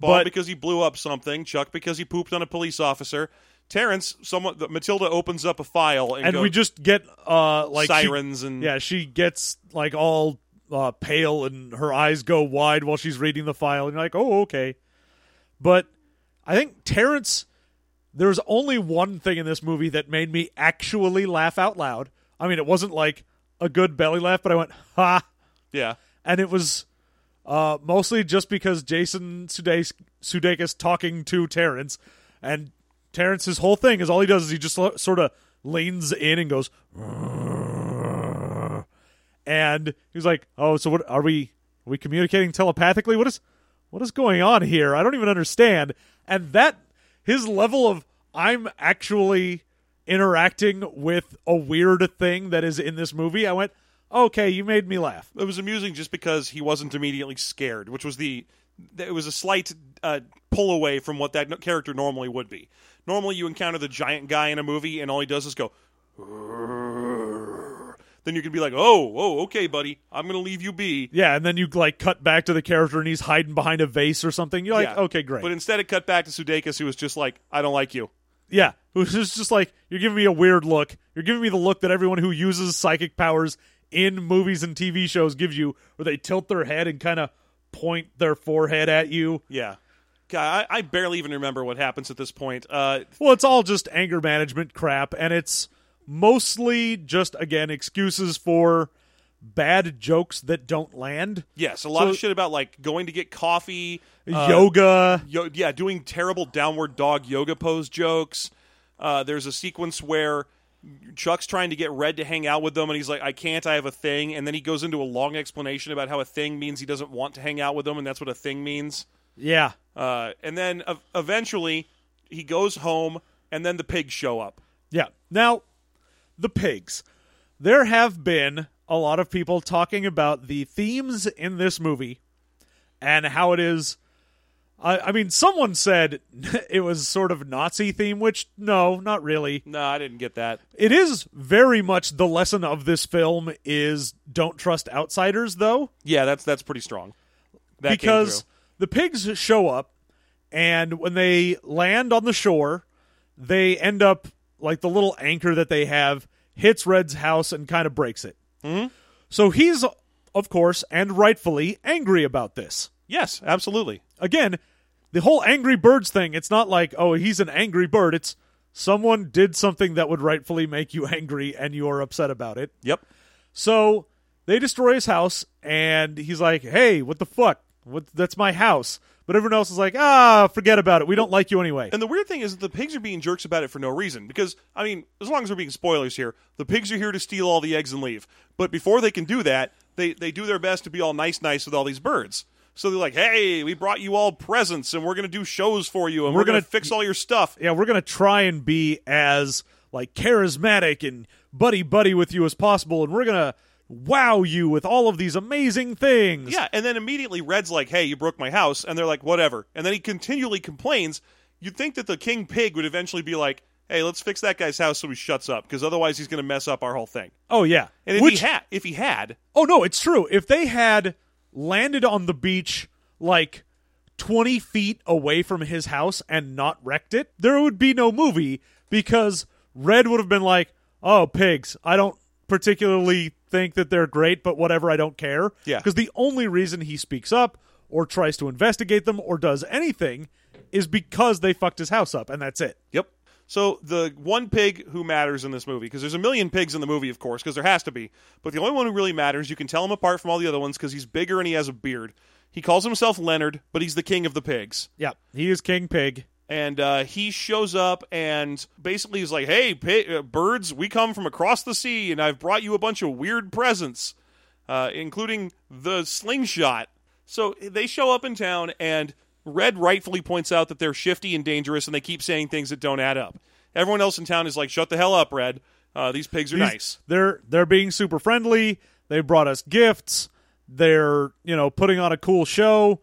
[SPEAKER 2] Bob
[SPEAKER 1] But-
[SPEAKER 2] because he blew up something. Chuck because he pooped on a police officer. Terrence, someone the- Matilda opens up a file and,
[SPEAKER 1] And
[SPEAKER 2] goes,
[SPEAKER 1] we just get uh like she-
[SPEAKER 2] sirens and
[SPEAKER 1] yeah, she gets like all uh, pale and her eyes go wide while she's reading the file. And you're like, oh, okay. But I think Terrence, there's only one thing in this movie that made me actually laugh out loud. I mean, it wasn't like a good belly laugh, but I went, ha.
[SPEAKER 2] yeah.
[SPEAKER 1] And it was uh, mostly just because Jason Sudeikis, Sudeikis talking to Terrence. And Terrence's whole thing is all he does is he just lo- sort of leans in and goes, and he's like, "Oh, so what are we? Are we communicating telepathically? What is, what is going on here? I don't even understand." And that his level of I'm actually interacting with a weird thing that is in this movie. I went, "Okay, you made me laugh."
[SPEAKER 2] It was amusing just because he wasn't immediately scared, which was the it was a slight uh, pull away from what that no- character normally would be. Normally, you encounter the giant guy in a movie, and all he does is go. "Rrrr." Then you can be like, "Oh, oh, okay, buddy, I'm gonna leave you be."
[SPEAKER 1] Yeah, and then you like cut back to the character and he's hiding behind a vase or something. You're like,
[SPEAKER 2] Yeah.
[SPEAKER 1] "Okay, great."
[SPEAKER 2] But instead, it cut back to Sudeikis, who was just like, "I don't like you."
[SPEAKER 1] Yeah, who's just just like you're giving me a weird look. You're giving me the look that everyone who uses psychic powers in movies and TV shows gives you, where they tilt their head and kind of point their forehead at you.
[SPEAKER 2] Yeah. God, I, I barely even remember what happens at this point. Uh,
[SPEAKER 1] Well, it's all just anger management crap, and it's mostly just again excuses for bad jokes that don't land.
[SPEAKER 2] yes, a lot of
[SPEAKER 1] So-
[SPEAKER 2] shit about like going to get coffee, uh,
[SPEAKER 1] Yoga.
[SPEAKER 2] yo- yeah, doing terrible downward dog yoga pose jokes. Uh, there's a sequence where Chuck's trying to get Red to hang out with them, and he's like, "I can't, I have a thing." And then he goes into a long explanation about how a thing means he doesn't want to hang out with them, and that's what a thing means.
[SPEAKER 1] Yeah.
[SPEAKER 2] Uh, and then ev- eventually, he goes home, and then the pigs show up.
[SPEAKER 1] Yeah. Now, the pigs. There have been a lot of people talking about the themes in this movie and how it is. I, I mean, someone said it was sort of Nazi theme, which no, not really.
[SPEAKER 2] No, I didn't get that.
[SPEAKER 1] It is very much the lesson of this film is don't trust outsiders, though
[SPEAKER 2] Yeah, that's that's pretty strong. That came through.
[SPEAKER 1] because the pigs show up and when they land on the shore they end up like the little anchor that they have hits red's house and kind of breaks it mm-hmm.
[SPEAKER 2] Hmm?
[SPEAKER 1] so he's of course and rightfully angry about this
[SPEAKER 2] Yes, absolutely.
[SPEAKER 1] again the whole Angry Birds thing, it's not like, oh, he's an angry bird. It's someone did something that would rightfully make you angry and you are upset about it.
[SPEAKER 2] Yep.
[SPEAKER 1] So they destroy his house, and he's like, "Hey, what the fuck? What, that's my house." But everyone else is like, "Ah, forget about it. We don't like you anyway."
[SPEAKER 2] And the weird thing is that the pigs are being jerks about it for no reason. Because, I mean, as long as we're being spoilers here, the pigs are here to steal all the eggs and leave. But before they can do that, they, they do their best to be all nice, nice with all these birds. So they're like, hey, we brought you all presents and we're going to do shows for you and we're,
[SPEAKER 1] We're
[SPEAKER 2] going to
[SPEAKER 1] gonna-
[SPEAKER 2] fix all your stuff.
[SPEAKER 1] yeah, we're gonna try and be as like charismatic and buddy buddy with you as possible, and we're gonna wow you with all of these amazing things.
[SPEAKER 2] Yeah, and then immediately Red's like, "Hey, you broke my house," and they're like, "Whatever." And then he continually complains. You'd think that the king pig would eventually be like, "Hey, let's fix that guy's house so he shuts up, because otherwise he's going to mess up our whole thing."
[SPEAKER 1] Oh yeah.
[SPEAKER 2] And if
[SPEAKER 1] Which
[SPEAKER 2] he had, if he had,
[SPEAKER 1] Oh no, it's true. If they had landed on the beach like 20 feet away from his house and not wrecked it, there would be no movie because Red would have been like, "Oh, pigs. I don't particularly think that they're great, but whatever, I don't care."
[SPEAKER 2] Yeah.
[SPEAKER 1] Cuz the only reason he speaks up or tries to investigate them or does anything is because they fucked his house up and that's it.
[SPEAKER 2] yep. So the one pig who matters in this movie, because there's a million pigs in the movie, of course, because there has to be, but the only one who really matters, you can tell him apart from all the other ones, because he's bigger and he has a beard. He calls himself Leonard, but he's the king of the pigs.
[SPEAKER 1] Yeah. He is king pig.
[SPEAKER 2] and uh, he shows up and basically is like, "Hey, pi uh, birds, we come from across the sea, and I've brought you a bunch of weird presents, uh, including the slingshot." So they show up in town, and Red rightfully points out that they're shifty and dangerous, and they keep saying things that don't add up. Everyone else in town is like, "Shut the hell up, Red. Uh, these pigs are
[SPEAKER 1] These-
[SPEAKER 2] nice."
[SPEAKER 1] They're they're being super friendly. They brought us gifts. They're you know putting on a cool show.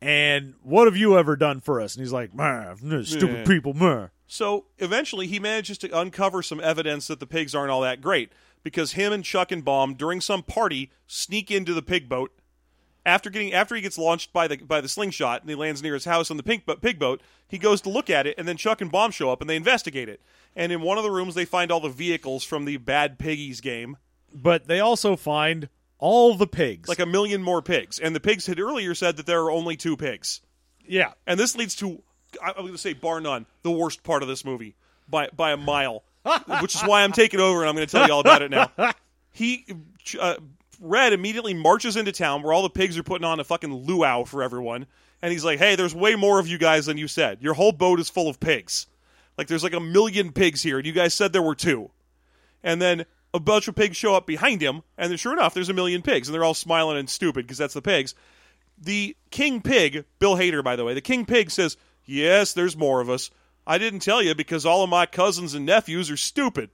[SPEAKER 1] And what have you ever done for us? And he's like, "Meh, stupid
[SPEAKER 2] Yeah.
[SPEAKER 1] people, meh.
[SPEAKER 2] So eventually, he manages to uncover some evidence that the pigs aren't all that great because him and Chuck and Bomb, during some party, sneak into the pig boat after getting after he gets launched by the by the slingshot and he lands near his house on the pink boat, pig boat. He goes to look at it, and then Chuck and Bomb show up and they investigate it. And in one of the rooms, they find all the vehicles from the Bad Piggies game,
[SPEAKER 1] But they also find all the pigs.
[SPEAKER 2] like a million more pigs. And the pigs had earlier said that there are only two pigs.
[SPEAKER 1] yeah,
[SPEAKER 2] And this leads to, I- I'm going to say, bar none, the worst part of this movie by by a mile, which is why I'm taking over and I'm going to tell you all about it now. He, uh, Red immediately marches into town where all the pigs are putting on a fucking luau for everyone, and he's like, "Hey, there's way more of you guys than you said. Your whole boat is full of pigs. Like, there's like a million pigs here, and you guys said there were two. And then a bunch of pigs show up behind him, and then sure enough, there's a million pigs, and they're all smiling and stupid because that's the pigs the king pig, Bill Hader, by the way, the king pig says, Yes, there's more of us. I didn't tell you because all of my cousins and nephews are stupid.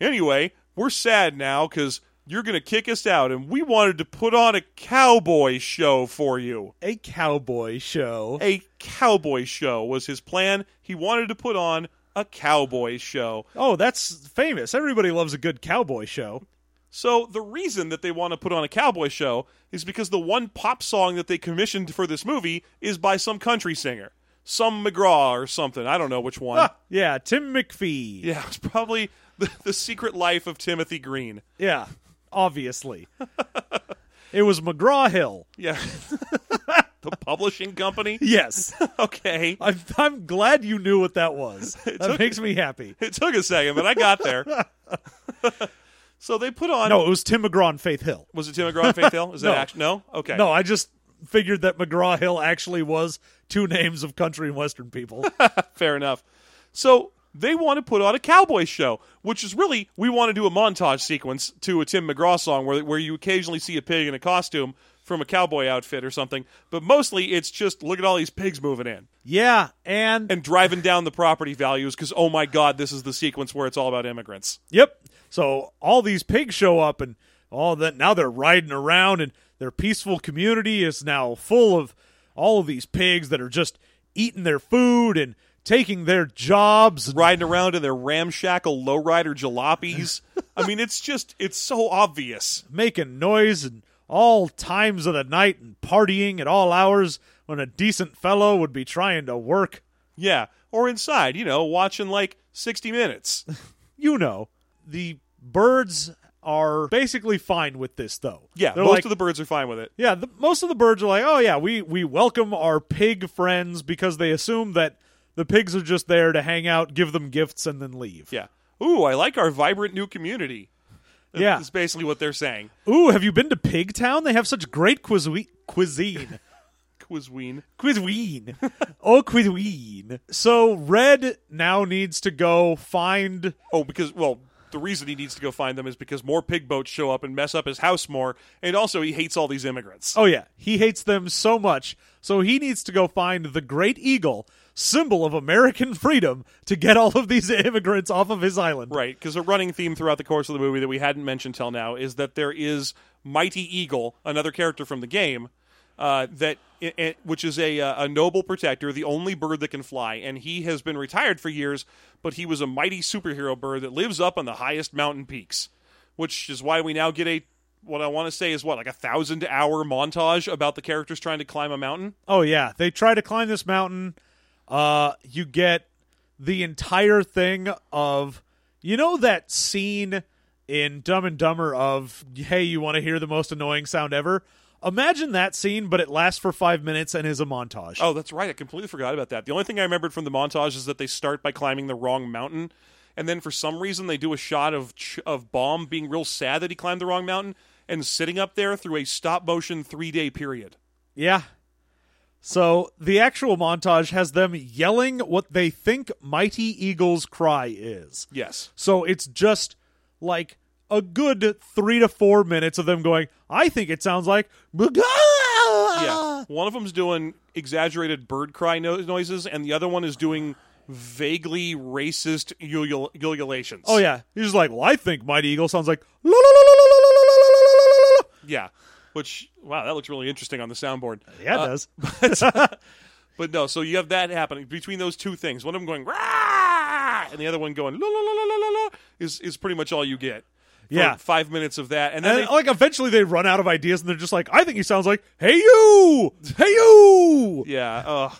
[SPEAKER 2] Anyway, we're sad now because you're going to kick us out, and we wanted to put on a cowboy show for you.
[SPEAKER 1] a cowboy show.
[SPEAKER 2] A cowboy show was his plan. He wanted to put on a cowboy show.
[SPEAKER 1] Oh, that's famous. Everybody loves a good cowboy show.
[SPEAKER 2] So the reason that they want to put on a cowboy show is because the one pop song that they commissioned for this movie is by some country singer, some McGraw or something. I don't know which one.
[SPEAKER 1] Ah, yeah, Tim McPhee.
[SPEAKER 2] Yeah, it's probably the, the Secret Life of Timothy Green.
[SPEAKER 1] yeah obviously. it was McGraw Hill.
[SPEAKER 2] Yeah, the publishing company.
[SPEAKER 1] Yes.
[SPEAKER 2] Okay,
[SPEAKER 1] I'm, I'm glad you knew what that was. That
[SPEAKER 2] took-
[SPEAKER 1] makes me happy.
[SPEAKER 2] it took a second, but I got there. so they put on.
[SPEAKER 1] No, it was Tim McGraw and Faith Hill.
[SPEAKER 2] Was it Tim McGraw and Faith Hill? Is that
[SPEAKER 1] No.
[SPEAKER 2] actually no? Okay,
[SPEAKER 1] No, I just figured that McGraw Hill actually was two names of country and western people.
[SPEAKER 2] Fair enough. So they want to put on a cowboy show, which is really we want to do a montage sequence to a Tim McGraw song where where you occasionally see a pig in a costume from a cowboy outfit or something, but mostly it's just look at all these pigs moving in
[SPEAKER 1] yeah, and,
[SPEAKER 2] and driving down the property values because oh my god, this is the sequence where it's all about immigrants.
[SPEAKER 1] yep. So all these pigs show up and all that now they're riding around and their peaceful community is now full of all of these pigs that are just eating their food and taking their jobs.
[SPEAKER 2] Riding around in their ramshackle lowrider jalopies. I mean, it's just it's so obvious.
[SPEAKER 1] making noise and all times of the night and partying at all hours when a decent fellow would be trying to work.
[SPEAKER 2] Yeah. Or inside, you know, watching like 60 minutes.
[SPEAKER 1] You know, the birds are basically fine with this, though.
[SPEAKER 2] Yeah,
[SPEAKER 1] They're
[SPEAKER 2] most
[SPEAKER 1] like,
[SPEAKER 2] of the birds are fine with it.
[SPEAKER 1] yeah, the, most of the birds are like, oh yeah, we we welcome our pig friends because they assume that the pigs are just there to hang out, give them gifts, and then leave.
[SPEAKER 2] Yeah. Ooh, I like our vibrant new community.
[SPEAKER 1] Yeah.
[SPEAKER 2] That's basically what they're saying.
[SPEAKER 1] Ooh, have you been to Pig Town? They have such great cuisine. Cuisine.
[SPEAKER 2] Quizween.
[SPEAKER 1] cuisine. oh, cuisine. So Red now needs to go find.
[SPEAKER 2] Oh, because well, the reason he needs to go find them is because more pig boats show up and mess up his house more, and also he hates all these immigrants.
[SPEAKER 1] Oh yeah, he hates them so much, so he needs to go find the Great Eagle, symbol of American freedom, to get all of these immigrants off of his island.
[SPEAKER 2] Right, because a running theme throughout the course of the movie that we hadn't mentioned till now is that there is Mighty Eagle, another character from the game, uh, that i- i- which is a uh, a noble protector, the only bird that can fly, and he has been retired for years, but he was a mighty superhero bird that lives up on the highest mountain peaks, which is why we now get a what I want to say is what like a thousand hour montage about the characters trying to climb a mountain.
[SPEAKER 1] Oh yeah, they try to climb this mountain. Uh, you get the entire thing of you know that scene in Dumb and Dumber of hey, you want to hear the most annoying sound ever? Imagine that scene, but it lasts for five minutes and is a montage.
[SPEAKER 2] Oh, that's right. I completely forgot about that. The only thing I remembered from the montage is that they start by climbing the wrong mountain, and then for some reason they do a shot of Ch- of Bomb being real sad that he climbed the wrong mountain and sitting up there through a stop motion three day period.
[SPEAKER 1] Yeah. So the actual montage has them yelling what they think Mighty Eagle's cry is.
[SPEAKER 2] Yes.
[SPEAKER 1] So it's just like a good three to four minutes of them going, I think it sounds like. Ah.
[SPEAKER 2] Yeah. One of them's doing exaggerated bird cry no- noises, and the other one is doing vaguely racist ulul- ululations.
[SPEAKER 1] Oh, yeah. He's just like, well, I think Mighty Eagle sounds like. "La, la, la, la, la, la, la, la, la, la, la, la."
[SPEAKER 2] Yeah. Which wow, that looks really interesting on the soundboard.
[SPEAKER 1] Yeah, it does.
[SPEAKER 2] But no, so you have that happening between those two things. One of them going rah, and the other one going la la la la la la is is pretty much all you get. For
[SPEAKER 1] Yeah.
[SPEAKER 2] five minutes of that, and then
[SPEAKER 1] And oh.
[SPEAKER 2] they-
[SPEAKER 1] like eventually they run out of ideas and they're just like, I think he sounds like, hey you, hey you.
[SPEAKER 2] yeah, uh,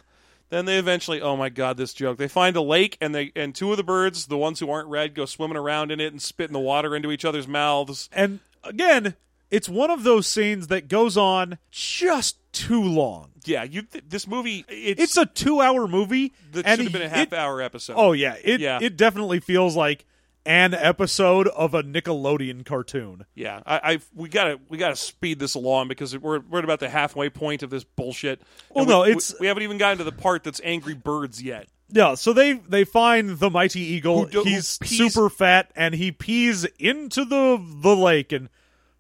[SPEAKER 2] then they eventually. Oh my god, this joke! They find a lake, and they and two of the birds, the ones who aren't red, go swimming around in it and spitting the water into each other's mouths.
[SPEAKER 1] And again, it's one of those scenes that goes on just too long.
[SPEAKER 2] Yeah, you. Th- this movie, it's,
[SPEAKER 1] It's a two-hour movie.
[SPEAKER 2] that
[SPEAKER 1] and
[SPEAKER 2] should have been a
[SPEAKER 1] it-
[SPEAKER 2] half hour episode.
[SPEAKER 1] Oh yeah, it
[SPEAKER 2] Yeah.
[SPEAKER 1] it definitely feels like an episode of a Nickelodeon cartoon.
[SPEAKER 2] Yeah, I, I we gotta we gotta speed this along because we're we're at about the halfway point of this bullshit.
[SPEAKER 1] Well,
[SPEAKER 2] And we-
[SPEAKER 1] no,
[SPEAKER 2] we-
[SPEAKER 1] it's-
[SPEAKER 2] we, haven't even gotten to the part that's Angry Birds yet.
[SPEAKER 1] Yeah, so they they find the mighty eagle.
[SPEAKER 2] Who do- who
[SPEAKER 1] He's
[SPEAKER 2] pees-
[SPEAKER 1] super fat and he pees into the the lake and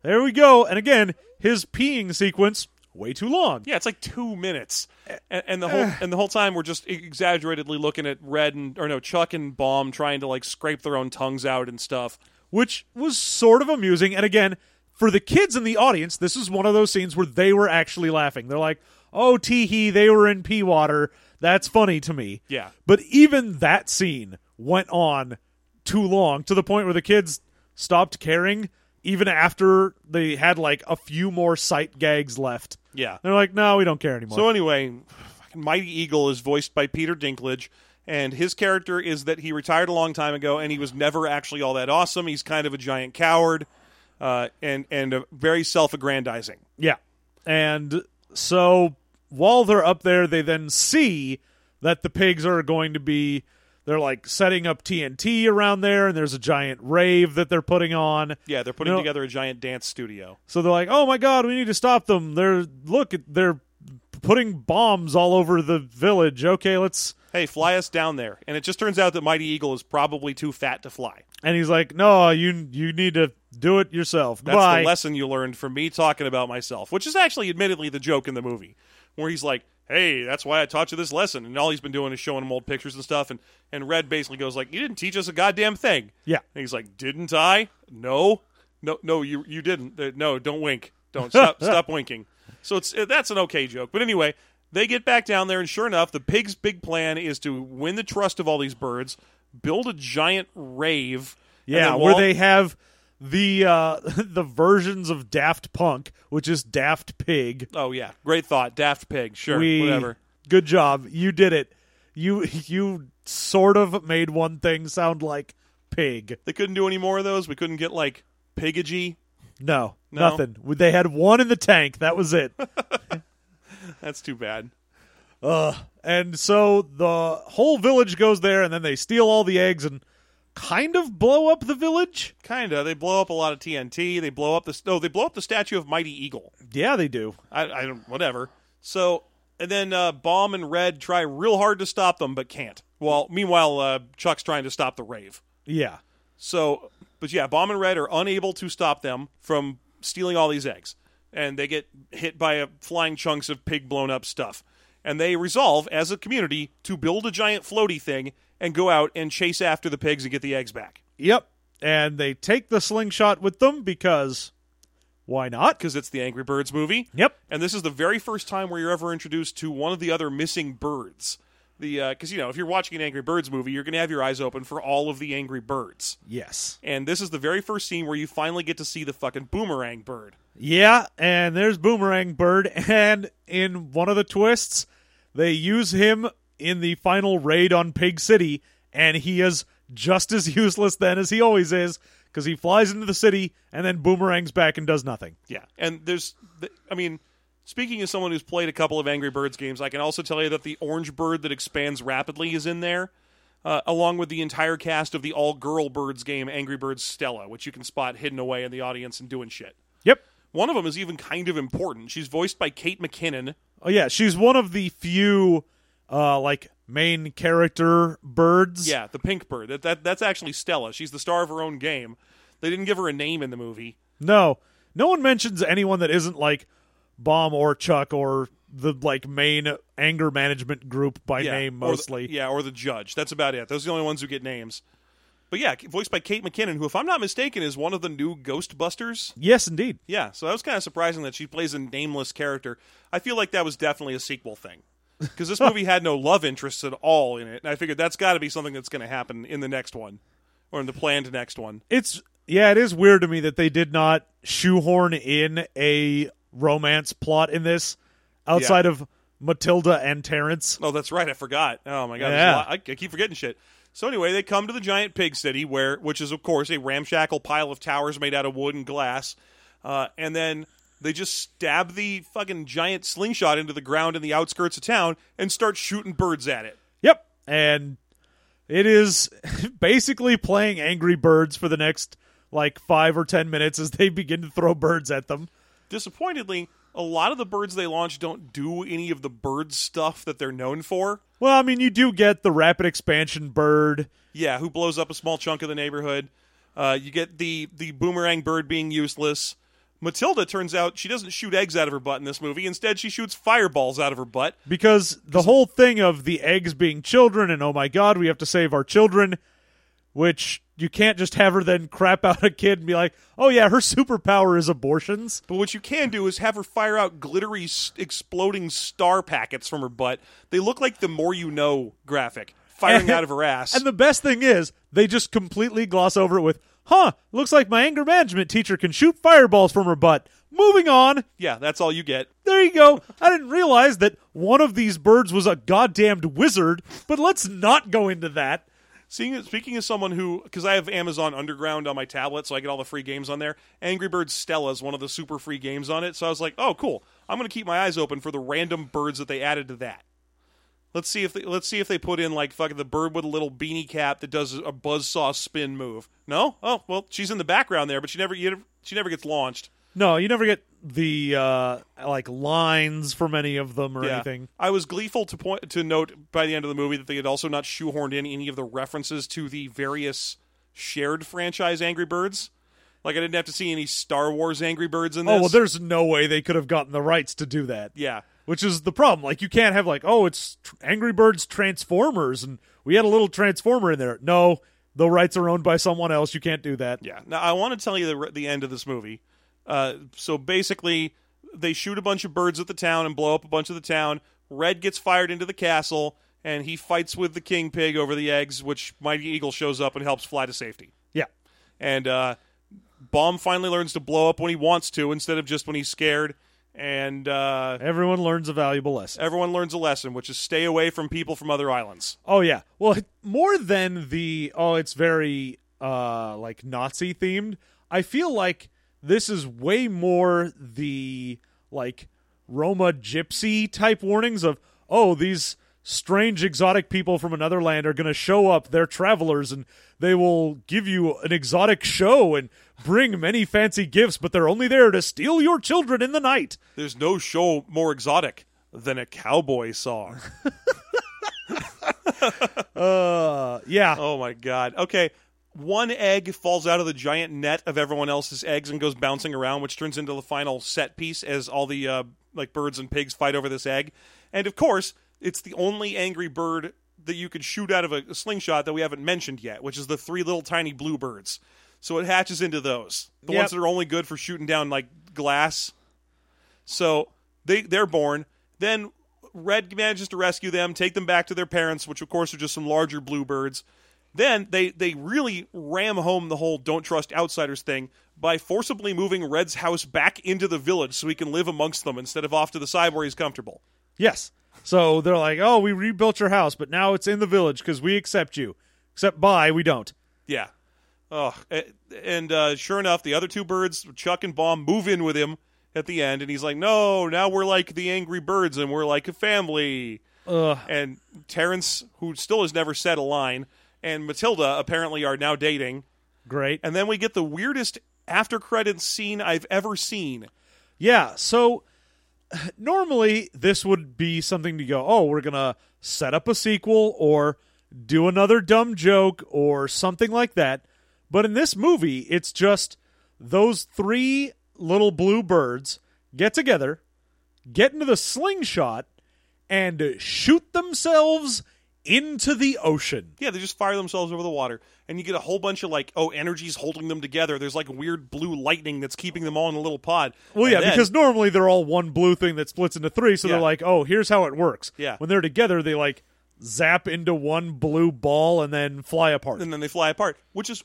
[SPEAKER 1] there we go. And again, his peeing sequence way too long.
[SPEAKER 2] Yeah, it's like two minutes, and, and the whole and the whole time we're just e, exaggeratedly looking at Red and or no Chuck and Bomb trying to like scrape their own tongues out and stuff.
[SPEAKER 1] which was sort of amusing. And again, for the kids in the audience, this is one of those scenes where they were actually laughing. They're like, "Oh, tee hee, they were in pee water. That's funny to me."
[SPEAKER 2] Yeah.
[SPEAKER 1] But even that scene went on too long to the point where the kids stopped caring even after they had like a few more sight gags left.
[SPEAKER 2] Yeah.
[SPEAKER 1] They're like, "No, we don't care anymore."
[SPEAKER 2] So anyway, fucking Mighty Eagle is voiced by Peter Dinklage, and his character is that he retired a long time ago, and he was never actually all that awesome. He's kind of a giant coward, uh, and and uh, very self-aggrandizing.
[SPEAKER 1] Yeah. And so while they're up there, they then see that the pigs are going to be they're like setting up TNT around there and there's a giant rave that they're putting on.
[SPEAKER 2] Yeah, they're putting
[SPEAKER 1] No.
[SPEAKER 2] together a giant dance studio.
[SPEAKER 1] So they're like, "Oh my god, we need to stop them. They're look, they're putting bombs all over the village. Okay, let's
[SPEAKER 2] Hey, fly us down there. And it just turns out that Mighty Eagle is probably too fat to fly.
[SPEAKER 1] And he's like, "No, you you need to do it yourself."
[SPEAKER 2] That's
[SPEAKER 1] Goodbye.
[SPEAKER 2] the lesson you learned from me talking about myself, which is actually admittedly the joke in the movie, where he's like, "Hey, that's why I taught you this lesson." And all he's been doing is showing him old pictures and stuff and and Red basically goes like, "You didn't teach us a goddamn thing."
[SPEAKER 1] Yeah.
[SPEAKER 2] And he's like, "Didn't I? No. No no you you didn't. There- No, don't wink. Don't stop stop winking." So it's uh, that's an okay joke. But anyway, they get back down there and sure enough, the pig's big plan is to win the trust of all these birds, build a giant rave. and
[SPEAKER 1] Yeah,
[SPEAKER 2] then
[SPEAKER 1] where
[SPEAKER 2] wall-
[SPEAKER 1] they have the uh the versions of Daft Punk, which is Daft Pig.
[SPEAKER 2] Oh yeah, great thought. Daft Pig, sure,
[SPEAKER 1] We-
[SPEAKER 2] whatever.
[SPEAKER 1] Good job. You did it. You you sort of made one thing sound like pig.
[SPEAKER 2] They couldn't do any more of those. We couldn't get like Piggy.
[SPEAKER 1] No,
[SPEAKER 2] No.
[SPEAKER 1] nothing. They had one in the tank. That was it.
[SPEAKER 2] That's too bad.
[SPEAKER 1] Ugh. And so the whole village goes there, and then they steal all the eggs and kind of blow up the village.
[SPEAKER 2] Kinda. They blow up a lot of TNT. They blow up the no. They blow up the statue of Mighty Eagle.
[SPEAKER 1] Yeah, they do.
[SPEAKER 2] I, I don't. Whatever. So and then uh, Bomb and Red try real hard to stop them, but can't. Well, meanwhile, uh, Chuck's trying to stop the rave.
[SPEAKER 1] Yeah.
[SPEAKER 2] So, but yeah, Bomb and Red are unable to stop them from stealing all these eggs, and they get hit by a flying chunks of pig blown up stuff. And they resolve as a community to build a giant floaty thing and go out and chase after the pigs and get the eggs back
[SPEAKER 1] Yep. And they take the slingshot with them because why not?
[SPEAKER 2] because it's the Angry Birds movie.
[SPEAKER 1] Yep.
[SPEAKER 2] And this is the very first time where you're ever introduced to one of the other missing birds. The because you know if you're watching an Angry Birds movie, you're gonna have your eyes open for all of the Angry Birds.
[SPEAKER 1] Yes.
[SPEAKER 2] And this is the very first scene where you finally get to see the fucking boomerang bird.
[SPEAKER 1] Yeah, and there's Boomerang Bird, and in one of the twists, they use him in the final raid on Pig City, and he is just as useless then as he always is because he flies into the city and then boomerangs back and does nothing.
[SPEAKER 2] Yeah, and there's, th- I mean, speaking as someone who's played a couple of Angry Birds games, I can also tell you that the orange bird that expands rapidly is in there, uh, along with the entire cast of the all-girl birds game Angry Birds Stella, which you can spot hidden away in the audience and doing shit.
[SPEAKER 1] Yep.
[SPEAKER 2] One of them is even kind of important. She's voiced by Kate McKinnon.
[SPEAKER 1] Oh yeah, she's one of the few uh like main character birds.
[SPEAKER 2] Yeah, the pink bird. That, that that's actually Stella. She's the star of her own game. They didn't give her a name in the movie.
[SPEAKER 1] No. No one mentions anyone that isn't like Bomb or Chuck or the like main anger management group by
[SPEAKER 2] Yeah,
[SPEAKER 1] name
[SPEAKER 2] or the-
[SPEAKER 1] mostly.
[SPEAKER 2] yeah, or the judge. That's about it. Those are the only ones who get names. But yeah, voiced by Kate McKinnon, who, if I'm not mistaken, is one of the new Ghostbusters.
[SPEAKER 1] Yes, indeed.
[SPEAKER 2] Yeah, so that was kind of surprising that she plays a nameless character. I feel like that was definitely a sequel thing because this movie had no love interests at all in it, and I figured that's got to be something that's going to happen in the next one or in the planned next one.
[SPEAKER 1] It's yeah, it is weird to me that they did not shoehorn in a romance plot in this outside of Matilda and Terrence.
[SPEAKER 2] Oh, that's right. I forgot. Oh my god, there's a
[SPEAKER 1] Yeah.
[SPEAKER 2] lot- I, I keep forgetting shit. So anyway, they come to the giant pig city, where which is of course a ramshackle pile of towers made out of wood and glass, uh, and then they just stab the fucking giant slingshot into the ground in the outskirts of town and start shooting birds at it.
[SPEAKER 1] Yep. And it is basically playing Angry Birds for the next like 5 or 10 minutes as they begin to throw birds at them.
[SPEAKER 2] Disappointingly, a lot of the birds they launch don't do any of the bird stuff that they're known for.
[SPEAKER 1] Well, I mean, you do get the rapid expansion bird.
[SPEAKER 2] Yeah, who blows up a small chunk of the neighborhood. Uh, you get the the boomerang bird being useless. Matilda turns out she doesn't shoot eggs out of her butt in this movie. Instead, she shoots fireballs out of her butt.
[SPEAKER 1] because the whole thing of the eggs being children and oh my god we have to save our children which you can't just have her then crap out a kid and be like oh yeah her superpower is abortions
[SPEAKER 2] But what you can do is have her fire out glittery, s- exploding star packets from her butt. They look like the more you know graphic firing out of her ass.
[SPEAKER 1] and the best thing is they just completely gloss over it with huh looks like my anger management teacher can shoot fireballs from her butt moving on
[SPEAKER 2] yeah, that's all you get.
[SPEAKER 1] there you go i didn't realize that one of these birds was a goddamned wizard but let's not go into that
[SPEAKER 2] Seeing, speaking as someone who, because I have Amazon Underground on my tablet, so I get all the free games on there. Angry Birds Stella is one of the super free games on it, so I was like, "Oh, cool! I'm going to keep my eyes open for the random birds that they added to that." Let's see if they, let's see if they put in like fucking the bird with a little beanie cap that does a buzzsaw spin move. No, oh well, she's in the background there, but she never, you never she never gets launched.
[SPEAKER 1] no you never get the uh like lines from any of them or anything
[SPEAKER 2] I was gleeful to point to note by the end of the movie that they had also not shoehorned in any of the references to the various shared franchise Angry Birds. Like I didn't have to see any Star Wars Angry Birds in this.
[SPEAKER 1] Oh well, there's no way they could have gotten the rights to do that.
[SPEAKER 2] yeah.
[SPEAKER 1] Which is the problem. Like you can't have like, oh, it's tr- Angry Birds Transformers, and we had a little Transformer in there. No, the rights are owned by someone else. You can't do that.
[SPEAKER 2] Yeah. Now I want to tell you the re- the end of this movie. Uh, so basically, they shoot a bunch of birds at the town and blow up a bunch of the town. Red gets fired into the castle, and he fights with the king pig over the eggs, which Mighty Eagle shows up and helps fly to safety.
[SPEAKER 1] Yeah.
[SPEAKER 2] and uh, Baum finally learns to blow up when he wants to instead of just when he's scared. And uh,
[SPEAKER 1] Everyone learns a valuable lesson.
[SPEAKER 2] everyone learns a lesson, which is stay away from people from other islands.
[SPEAKER 1] Oh yeah. Well, more than the oh, it's very uh like Nazi themed. I feel like this is way more the like Roma gypsy type warnings of oh these strange exotic people from another land are going to show up they're travelers and they will give you an exotic show and bring many fancy gifts but they're only there to steal your children in the night
[SPEAKER 2] There's no show more exotic than a cowboy song.
[SPEAKER 1] uh yeah
[SPEAKER 2] oh my god. Okay. One egg falls out of the giant net of everyone else's eggs and goes bouncing around, which turns into the final set piece as all the uh, like birds and pigs fight over this egg. And of course, it's the only angry bird that you could shoot out of a slingshot that we haven't mentioned yet, which is the three little tiny blue birds. So it hatches into those, the
[SPEAKER 1] Yep.
[SPEAKER 2] ones that are only good for shooting down like glass So they they're born. Then Red manages to rescue them, take them back to their parents, which of course are just some larger bluebirds. Then they they really ram home the whole don't trust outsiders thing by forcibly moving Red's house back into the village so he can live amongst them instead of off to the side where he's comfortable.
[SPEAKER 1] Yes. So they're like, oh, we rebuilt your house, but now it's in the village because we accept you. Except by we don't.
[SPEAKER 2] Yeah. Oh, a- and uh, sure enough, the other two birds, Chuck and Bomb, move in with him at the end, and he's like, "No, now we're like the angry birds, and we're like a family."
[SPEAKER 1] Ugh.
[SPEAKER 2] and Terrence, who still has never said a line, and Matilda apparently are now dating.
[SPEAKER 1] Great.
[SPEAKER 2] And then we get the weirdest after credits scene I've ever seen.
[SPEAKER 1] Yeah. So normally this would be something to go, oh, we're going to set up a sequel or do another dumb joke or something like that. But in this movie, it's just those three little blue birds get together, get into the slingshot, and shoot themselves into the ocean.
[SPEAKER 2] Yeah, they just fire themselves over the water, and you get a whole bunch of like, oh, energy's holding them together. There's like weird blue lightning that's keeping them all in a little pod.
[SPEAKER 1] Well,
[SPEAKER 2] And
[SPEAKER 1] yeah,
[SPEAKER 2] then-
[SPEAKER 1] because normally they're all one blue thing that splits into three, so
[SPEAKER 2] Yeah.
[SPEAKER 1] they're like, oh, here's how it works.
[SPEAKER 2] Yeah.
[SPEAKER 1] When they're together, they like zap into one blue ball and then fly apart.
[SPEAKER 2] and then they fly apart, which is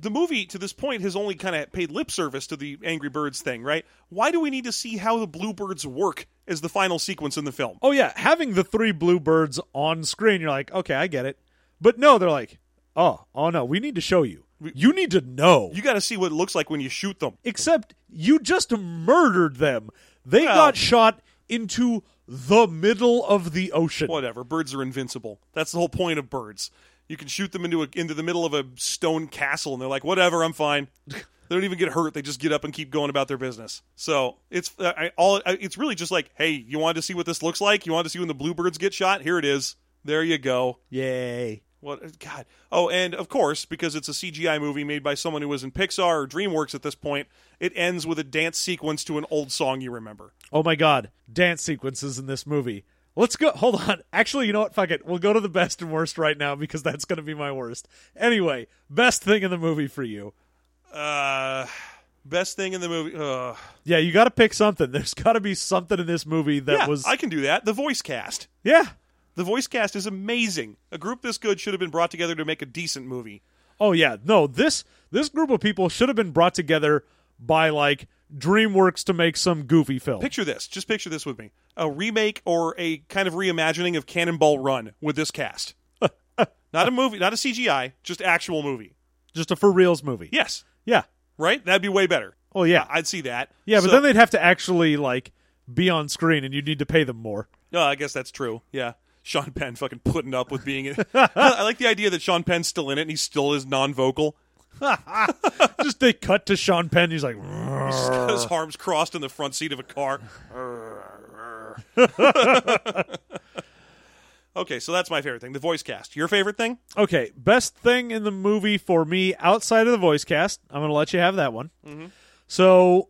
[SPEAKER 2] the movie to this point has only kind of paid lip service to the Angry Birds thing, right? Why do we need to see how the bluebirds work as the final sequence in the film?
[SPEAKER 1] oh, yeah, having the three blue birds on screen, you're like, okay, I get it. But no, they're like, oh, oh no, we need to show you. You need to know.
[SPEAKER 2] You got to see what it looks like when you shoot them.
[SPEAKER 1] Except you just murdered them. They
[SPEAKER 2] Well-
[SPEAKER 1] got shot into the middle of the ocean.
[SPEAKER 2] whatever. Birds are invincible. That's the whole point of birds. You can shoot them into a, into the middle of a stone castle, and they're like, "Whatever, I'm fine." They don't even get hurt. They just get up and keep going about their business. So it's uh, I, all. I, it's really just like, "Hey, you wanted to see what this looks like? You wanted to see when the bluebirds get shot? Here it is. There you go."
[SPEAKER 1] Yay.
[SPEAKER 2] What God? Oh, and of course, because it's a CGI movie made by someone who was in Pixar or DreamWorks at this point, it ends with a dance sequence to an old song you remember.
[SPEAKER 1] Oh my god, dance sequences in this movie. Let's go. Hold on. Actually, you know what? Fuck it. We'll go to the best and worst right now because that's going to be my worst. Anyway, best thing in the movie for you.
[SPEAKER 2] Uh, best thing in the movie. Uh,
[SPEAKER 1] Yeah, you got to pick something. There's got to be something in this movie that
[SPEAKER 2] yeah,
[SPEAKER 1] was.
[SPEAKER 2] I can do that. The voice cast.
[SPEAKER 1] yeah.
[SPEAKER 2] The voice cast is amazing. A group this good should have been brought together to make a decent movie.
[SPEAKER 1] Oh yeah. No, this this group of people should have been brought together by like DreamWorks to make some goofy film.
[SPEAKER 2] Picture this. Just picture this with me. A remake or a kind of reimagining of Cannonball Run with this cast. not a movie, not a CGI, just actual movie.
[SPEAKER 1] Just a for reals movie.
[SPEAKER 2] Yes,
[SPEAKER 1] Yeah.
[SPEAKER 2] right? That'd be way better.
[SPEAKER 1] Oh yeah.
[SPEAKER 2] I'd see that.
[SPEAKER 1] Yeah, but
[SPEAKER 2] So-
[SPEAKER 1] then they'd have to actually like be on screen, and you'd need to pay them more.
[SPEAKER 2] No, I guess that's true. Yeah. Sean Penn fucking putting up with being in I like the idea that Sean Penn's still in it and he still is non-vocal.
[SPEAKER 1] Just they cut to Sean Penn. He's like.
[SPEAKER 2] He's got his arms crossed in the front seat of a car. okay, so that's my favorite thing. The voice cast. Your favorite thing?
[SPEAKER 1] Okay, best thing in the movie for me outside of the voice cast, I'm going to let you have that one. So,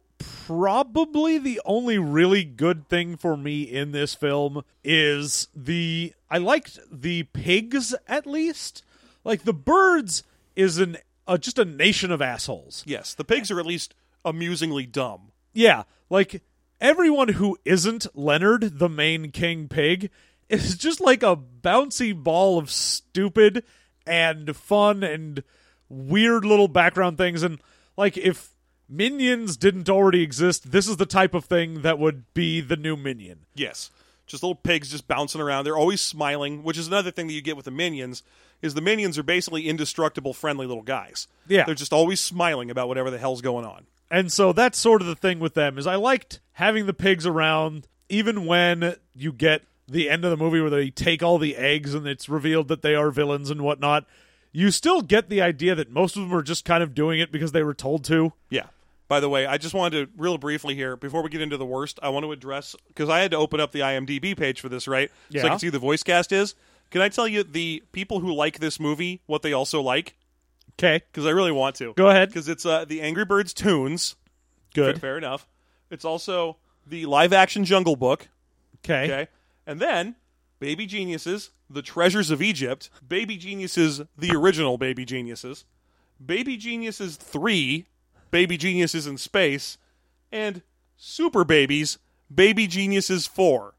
[SPEAKER 1] probably the only really good thing for me in this film is the. I liked the pigs at least. Like, the birds is an uh, just a nation of assholes.
[SPEAKER 2] Yes. The pigs are at least amusingly dumb.
[SPEAKER 1] Yeah, like everyone who isn't Leonard, the main king pig, is just like a bouncy ball of stupid and fun and weird little background things. And like, if minions didn't already exist, this is the type of thing that would be the new minion.
[SPEAKER 2] Yes. Just little pigs just bouncing around. They're always smiling, which is another thing that you get with the minions. is the minions are basically indestructible, friendly little guys.
[SPEAKER 1] Yeah.
[SPEAKER 2] They're just always smiling about whatever the hell's going on.
[SPEAKER 1] And so that's sort of the thing with them is I liked having the pigs around even when you get the end of the movie where they take all the eggs and it's revealed that they are villains and whatnot. You still get the idea that most of them are just kind of doing it because they were told to.
[SPEAKER 2] Yeah. By the way, I just wanted to real briefly here before we get into the worst. I want to address because I had to open up the IMDb page for this, right? So I
[SPEAKER 1] Yeah.
[SPEAKER 2] can see who the voice cast is. Can I tell you the people who like this movie what they also like?
[SPEAKER 1] Okay,
[SPEAKER 2] Because I really want to.
[SPEAKER 1] go ahead.
[SPEAKER 2] Because it's uh, the Angry Birds tunes.
[SPEAKER 1] Good.
[SPEAKER 2] Fair enough. It's also the live action Jungle Book.
[SPEAKER 1] Okay.
[SPEAKER 2] Okay. And then Baby Geniuses, The Treasures of Egypt, Baby Geniuses, the original Baby Geniuses, Baby Geniuses 3, Baby Geniuses in Space, and Super Babies, Baby Geniuses 4.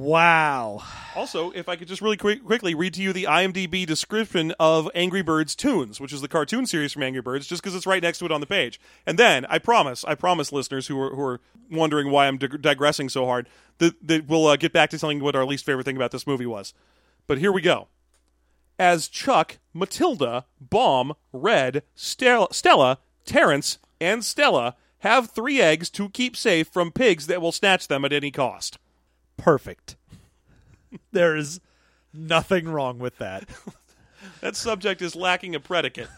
[SPEAKER 1] Wow.
[SPEAKER 2] Also, if I could just really quick, quickly read to you the IMDb description of Angry Birds Toons, which is the cartoon series from Angry Birds, just because it's right next to it on the page. And then I promise, I promise, listeners who are who are wondering why I'm dig- digressing so hard, that, that we'll uh, get back to telling you what our least favorite thing about this movie was. But here we go. As Chuck, Matilda, Bomb, Red, Stel- Stella, Terrence, and Stella have three eggs to keep safe from pigs that will snatch them at any cost.
[SPEAKER 1] Perfect. There is nothing wrong with that.
[SPEAKER 2] That subject is lacking a predicate.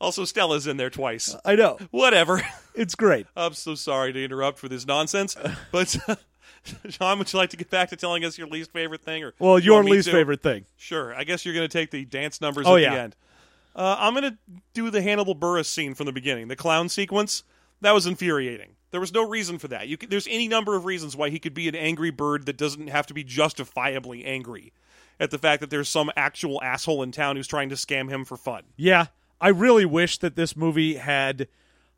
[SPEAKER 2] also, Stella's in there twice.
[SPEAKER 1] I know.
[SPEAKER 2] Whatever.
[SPEAKER 1] It's great.
[SPEAKER 2] I'm so sorry to interrupt for this nonsense, but John, would you like to get back to telling us your least favorite thing? Or
[SPEAKER 1] Well,
[SPEAKER 2] you
[SPEAKER 1] your
[SPEAKER 2] want me
[SPEAKER 1] least
[SPEAKER 2] to?
[SPEAKER 1] favorite thing.
[SPEAKER 2] Sure. I guess you're going to take the dance numbers
[SPEAKER 1] Oh,
[SPEAKER 2] at
[SPEAKER 1] yeah.
[SPEAKER 2] the end. Uh, I'm going to do the Hannibal Burris scene from the beginning, the clown sequence. That was infuriating. There was no reason for that. You could, there's any number of reasons why he could be an angry bird that doesn't have to be justifiably angry at the fact that there's some actual asshole in town who's trying to scam him for fun.
[SPEAKER 1] Yeah, I really wish that this movie had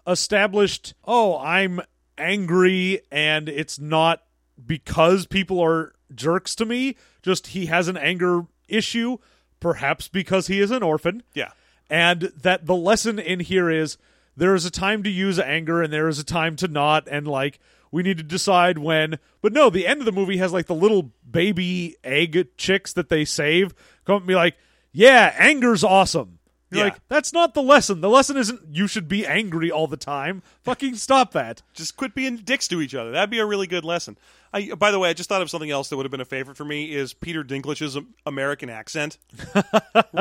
[SPEAKER 1] established, oh, I'm angry and it's not because people are jerks to me, just he has an anger issue, perhaps because he is an orphan.
[SPEAKER 2] Yeah.
[SPEAKER 1] And that the lesson in here is there is a time to use anger and there is a time to not. And like, we need to decide when. But no, the end of the movie has like the little baby egg chicks that they save come up and be like, yeah, anger's awesome. You're
[SPEAKER 2] Yeah.
[SPEAKER 1] like, that's not the lesson. The lesson isn't you should be angry all the time. Fucking stop that.
[SPEAKER 2] Just quit being dicks to each other. That'd be a really good lesson. I, by the way, I just thought of something else that would have been a favorite for me is Peter Dinklage's um, American accent.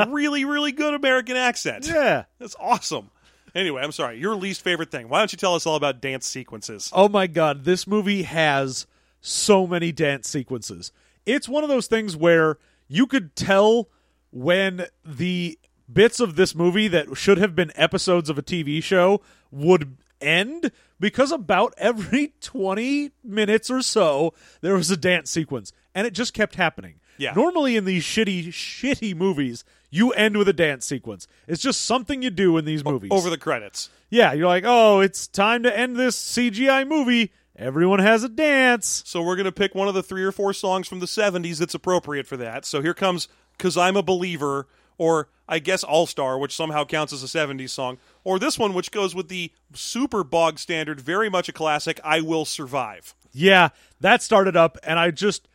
[SPEAKER 2] really, really good American accent.
[SPEAKER 1] Yeah.
[SPEAKER 2] That's awesome. Anyway, I'm sorry. Your least favorite thing. Why don't you tell us all about dance sequences?
[SPEAKER 1] Oh my god, this movie has so many dance sequences. It's one of those things where you could tell when the bits of this movie that should have been episodes of a TV show would end because about every 20 minutes or so there was a dance sequence and it just kept happening.
[SPEAKER 2] Yeah.
[SPEAKER 1] Normally in these shitty shitty movies, you end with a dance sequence. It's just something you do in these movies.
[SPEAKER 2] Over the credits.
[SPEAKER 1] Yeah, you're like, oh, it's time to end this CGI movie. Everyone has a dance.
[SPEAKER 2] So we're going to pick one of the three or four songs from the 70s that's appropriate for that. So here comes Cuz I'm a Believer or I guess All Star, which somehow counts as a 70s song, or this one which goes with the super bog standard, very much a classic, I Will Survive.
[SPEAKER 1] Yeah, that started up, and I just,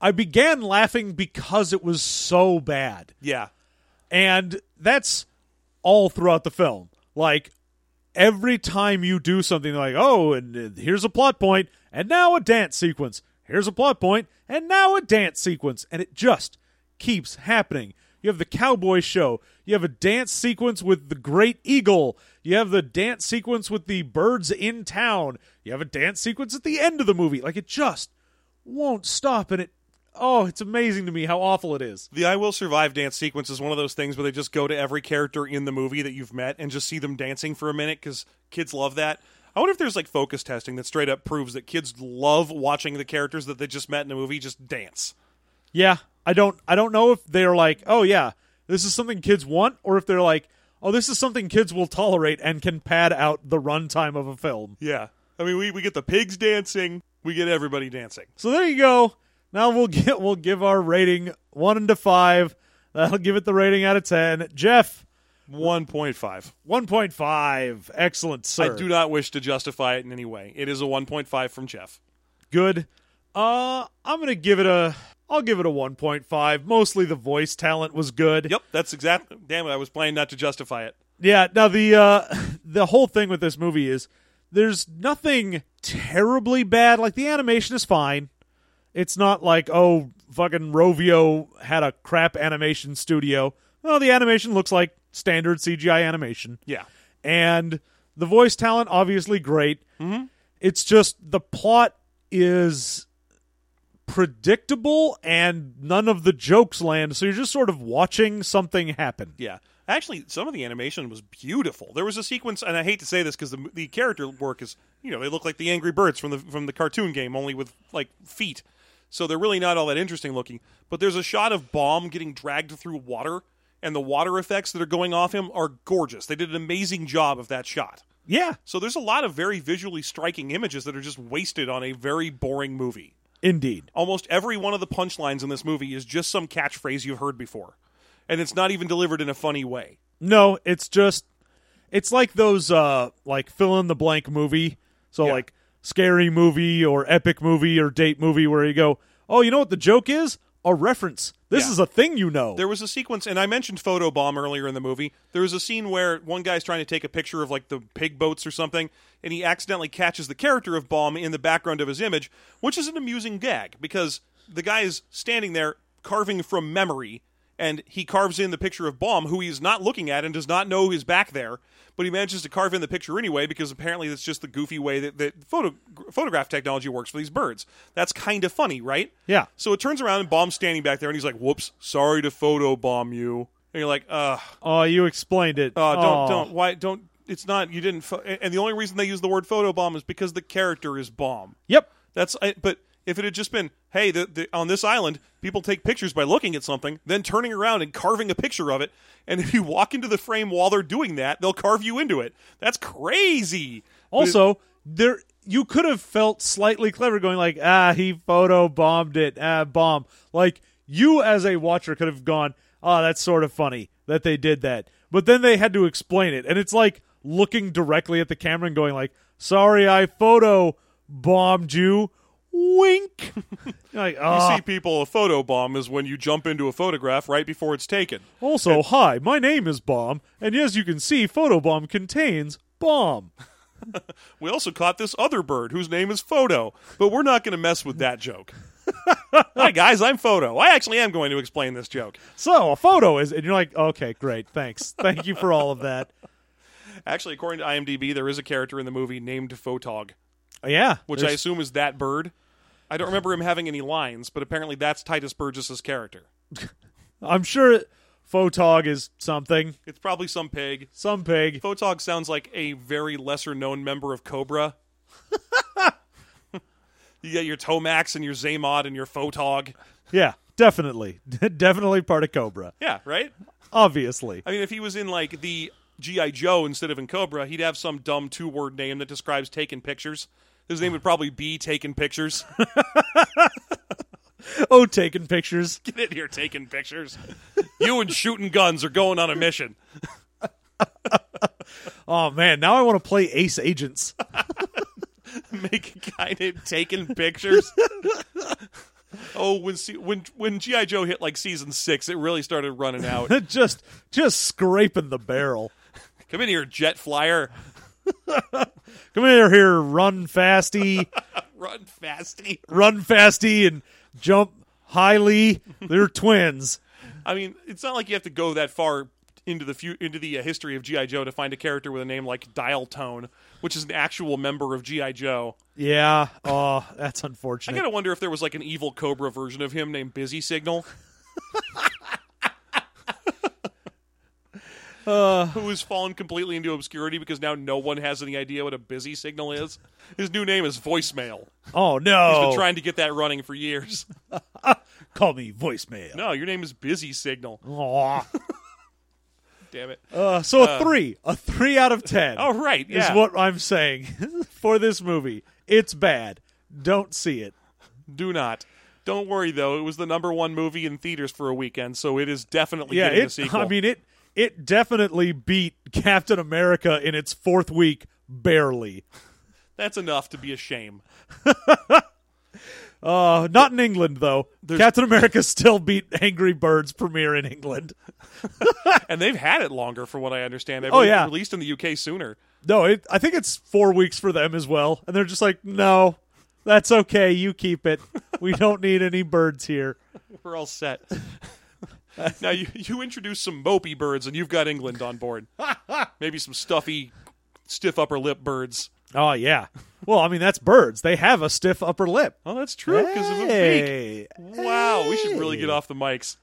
[SPEAKER 1] I began laughing because it was so bad.
[SPEAKER 2] Yeah.
[SPEAKER 1] And that's all throughout the film. Like, every time you do something, they're like, oh, and uh, here's a plot point, and now a dance sequence. Here's a plot point, and now a dance sequence. And it just keeps happening. You have the cowboy show. You have a dance sequence with the great eagle. You have the dance sequence with the birds in town. You have a dance sequence at the end of the movie. Like, it just won't stop. And it, oh, it's amazing to me how awful it is.
[SPEAKER 2] The I Will Survive dance sequence is one of those things where they just go to every character in the movie that you've met and just see them dancing for a minute because kids love that. I wonder if there's like focus testing that straight up proves that kids love watching the characters that they just met in the movie just dance.
[SPEAKER 1] Yeah, I don't I don't know if they're like, "Oh yeah, this is something kids want," or if they're like, "Oh, this is something kids will tolerate and can pad out the runtime of a film."
[SPEAKER 2] Yeah. I mean, we, we get the pigs dancing, we get everybody dancing.
[SPEAKER 1] So there you go. Now we'll get we'll give our rating 1 to 5. That'll give it the rating out of 10. Jeff
[SPEAKER 2] 1.5.
[SPEAKER 1] 1.5. Excellent, sir.
[SPEAKER 2] I do not wish to justify it in any way. It is a 1.5 from Jeff.
[SPEAKER 1] Good. Uh I'm going to give it a I'll give it a 1.5. Mostly the voice talent was good.
[SPEAKER 2] Yep, that's exactly. Damn it, I was planning not to justify it.
[SPEAKER 1] Yeah. Now the uh, the whole thing with this movie is there's nothing terribly bad. Like the animation is fine. It's not like oh fucking Rovio had a crap animation studio. Well, the animation looks like standard CGI animation,
[SPEAKER 2] Yeah.
[SPEAKER 1] and the voice talent obviously great. It's just the plot is predictable and none of the jokes land so you're just sort of watching something happen
[SPEAKER 2] Yeah. Actually, some of the animation was beautiful. There was a sequence, and I hate to say this because the, the character work is, you know, they look like the Angry Birds from the from the cartoon game, only with like feet. So they're really not all that interesting looking. But there's a shot of Bomb getting dragged through water, and the water effects that are going off him are gorgeous. They did an amazing job of that shot.
[SPEAKER 1] yeah
[SPEAKER 2] So there's a lot of very visually striking images that are just wasted on a very boring movie.
[SPEAKER 1] indeed
[SPEAKER 2] Almost every one of the punchlines in this movie is just some catchphrase you've heard before, and it's not even delivered in a funny way.
[SPEAKER 1] No, it's just it's like those uh like fill in the blank movie. So
[SPEAKER 2] Yeah.
[SPEAKER 1] like scary movie or epic movie or date movie where you go, "Oh, you know what the joke is? A reference. This
[SPEAKER 2] Yeah.
[SPEAKER 1] is a thing you know."
[SPEAKER 2] There was a sequence, and I mentioned photobomb earlier in the movie. There was a scene where one guy's trying to take a picture of like the pig boats or something, and he accidentally catches the character of Bomb in the background of his image, which is an amusing gag because the guy is standing there carving from memory, and he carves in the picture of Bomb, who he's not looking at and does not know is back there, but he manages to carve in the picture anyway because apparently that's just the goofy way that, that photo, photograph technology works for these birds. That's kind of funny, right?
[SPEAKER 1] Yeah.
[SPEAKER 2] So it turns around and Bomb's standing back there, and he's like, "Whoops, sorry to photo bomb you." And you're like, "Uh,
[SPEAKER 1] oh, you explained it.
[SPEAKER 2] uh don't,
[SPEAKER 1] Aw.
[SPEAKER 2] don't, why, don't? It's not you didn't." Pho-. And the only reason they use the word photo bomb is because the character is bomb.
[SPEAKER 1] Yep.
[SPEAKER 2] That's. I, but if it had just been, "Hey, the, the, on this island, people take pictures by looking at something, then turning around and carving a picture of it, and if you walk into the frame while they're doing that, they'll carve you into it." That's crazy. But it-
[SPEAKER 1] Also, there you could have felt slightly clever going like, "Ah, he photo bombed it. Ah, bomb." Like you as a watcher could have gone, "Oh, that's sort of funny that they did that." But then they had to explain it, and it's like looking directly at the camera and going like, "Sorry, I photo bombed you." Wink. You're like,
[SPEAKER 2] you
[SPEAKER 1] ah.
[SPEAKER 2] see people a photo bomb is when you jump into a photograph right before it's taken.
[SPEAKER 1] Also, hi, my name is Bomb, and as you can see, photobomb contains bomb.
[SPEAKER 2] We also caught this other bird whose name is Photo, but we're not going to mess with that joke. Hi, guys, I'm Photo. I actually am going to explain this joke.
[SPEAKER 1] So a photo is, and you're like, okay, great, thanks, thank you for all of that.
[SPEAKER 2] Actually, according to IMDb, there is a character in the movie named Photog,
[SPEAKER 1] Yeah,
[SPEAKER 2] which I
[SPEAKER 1] there's-
[SPEAKER 2] assume is that bird. I don't remember him having any lines, but apparently that's Titus Burgess's character.
[SPEAKER 1] I'm sure photog is something,
[SPEAKER 2] It's probably some pig.
[SPEAKER 1] some pig.
[SPEAKER 2] Photog sounds like a very lesser known member of Cobra. you got your Tomax and your Zaymod and your Photog.
[SPEAKER 1] Yeah, definitely, definitely part of Cobra.
[SPEAKER 2] Yeah, right?
[SPEAKER 1] Obviously,
[SPEAKER 2] I mean, if he was in like the GI Joe instead of in Cobra, he'd have some dumb two-word name that describes taking pictures. His name would probably be taking pictures.
[SPEAKER 1] oh, taking pictures.
[SPEAKER 2] Get in here, taking pictures. you and shooting guns are going on a mission.
[SPEAKER 1] Oh man, now I want to play Ace Agents.
[SPEAKER 2] Make a guy named taking pictures. oh, when se- when when GI Joe hit like season six, it really started running out.
[SPEAKER 1] just, just scraping the barrel.
[SPEAKER 2] Come in here, jet flyer.
[SPEAKER 1] Come here, here, run fasty,
[SPEAKER 2] Run fasty.
[SPEAKER 1] run fasty, and jump highly. They're twins.
[SPEAKER 2] I mean, it's not like you have to go that far into the fu- into the uh, history of GI Joe to find a character with a name like Dial Tone, which is an actual member of GI Joe.
[SPEAKER 1] Yeah. Oh, that's
[SPEAKER 2] I
[SPEAKER 1] unfortunate.
[SPEAKER 2] gotta wonder if there was like an evil Cobra version of him named Busy Signal,
[SPEAKER 1] Uh,
[SPEAKER 2] who has fallen completely into obscurity because now no one has any idea what a busy signal is. His new name is Voicemail.
[SPEAKER 1] oh
[SPEAKER 2] He's
[SPEAKER 1] no!
[SPEAKER 2] been trying to get that running for years.
[SPEAKER 1] Call me voicemail.
[SPEAKER 2] No, your name is Busy Signal.
[SPEAKER 1] Aw.
[SPEAKER 2] Damn it.
[SPEAKER 1] Uh, so a three, a three out of ten.
[SPEAKER 2] All Oh, right, yeah.
[SPEAKER 1] is what I'm saying for this movie. It's bad. Don't see it.
[SPEAKER 2] Do not. Don't worry though. It was the number one movie in theaters for a weekend, so it is definitely
[SPEAKER 1] Yeah,
[SPEAKER 2] getting a
[SPEAKER 1] it,
[SPEAKER 2] sequel.
[SPEAKER 1] I mean it. It definitely beat Captain America in its fourth week, barely.
[SPEAKER 2] That's enough to be a shame.
[SPEAKER 1] Uh, not in England though. Captain America still beat Angry Birds premiere in England.
[SPEAKER 2] and they've had it longer, from what I understand. I
[SPEAKER 1] Oh,
[SPEAKER 2] believe it
[SPEAKER 1] yeah. released
[SPEAKER 2] released in the UK sooner.
[SPEAKER 1] No, it, I think it's four weeks for them as well, and they're just like, no, that's okay. You keep it. We don't need any birds here.
[SPEAKER 2] We're all set. now you you introduce some mopey birds, and you've got England on board. Maybe some stuffy, stiff upper lip birds.
[SPEAKER 1] Oh yeah. Well, I mean that's birds. They have a stiff upper lip.
[SPEAKER 2] Oh, that's true because of a beak.
[SPEAKER 1] Hey.
[SPEAKER 2] Wow, we should really get off the mics.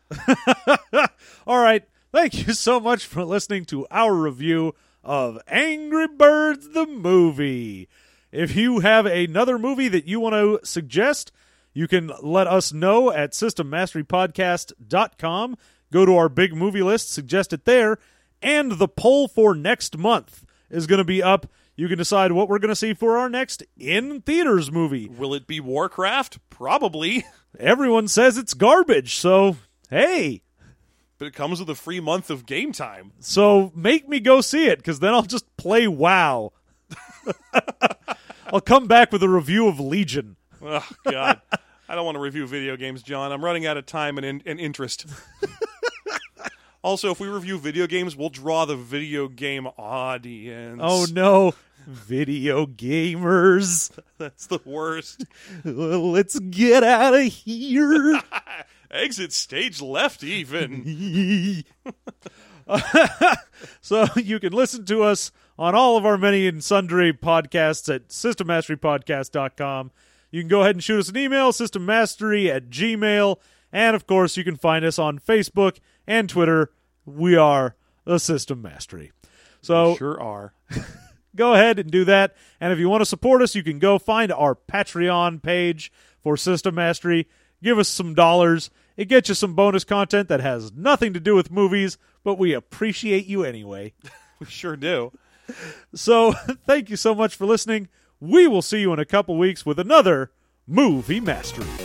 [SPEAKER 1] All right. Thank you so much for listening to our review of Angry Birds the movie. If you have another movie that you want to suggest, you can let us know at systemmasterypodcast.com. Go to our big movie list, suggest it there, and the poll for next month is going to be up. You can decide what we're going to see for our next in theaters movie.
[SPEAKER 2] Will it be Warcraft? Probably.
[SPEAKER 1] Everyone says it's garbage, so hey,
[SPEAKER 2] But it comes with a free month of game time.
[SPEAKER 1] So make me go see it because then I'll just play WoW. I'll come back with a review of Legion.
[SPEAKER 2] Oh God, I don't want to review video games, John. I'm running out of time and, in- and interest. also, if we review video games, we'll draw the video game audience.
[SPEAKER 1] Oh no, video gamers.
[SPEAKER 2] that's the worst.
[SPEAKER 1] Let's get out of here.
[SPEAKER 2] Exit stage left, even.
[SPEAKER 1] so you can listen to us on all of our many and sundry podcasts at systemmasterypodcast.com. You can go ahead and shoot us an email, systemmastery at gmail. And of course, you can find us on Facebook and Twitter. We are the System Mastery. So
[SPEAKER 2] Sure are.
[SPEAKER 1] go ahead and do that. And if you want to support us, you can go find our Patreon page for System Mastery. Give us some dollars. It gets you some bonus content that has nothing to do with movies, but we appreciate you anyway.
[SPEAKER 2] We sure do.
[SPEAKER 1] So thank you so much for listening. We will see you in a couple weeks with another Movie Mastery.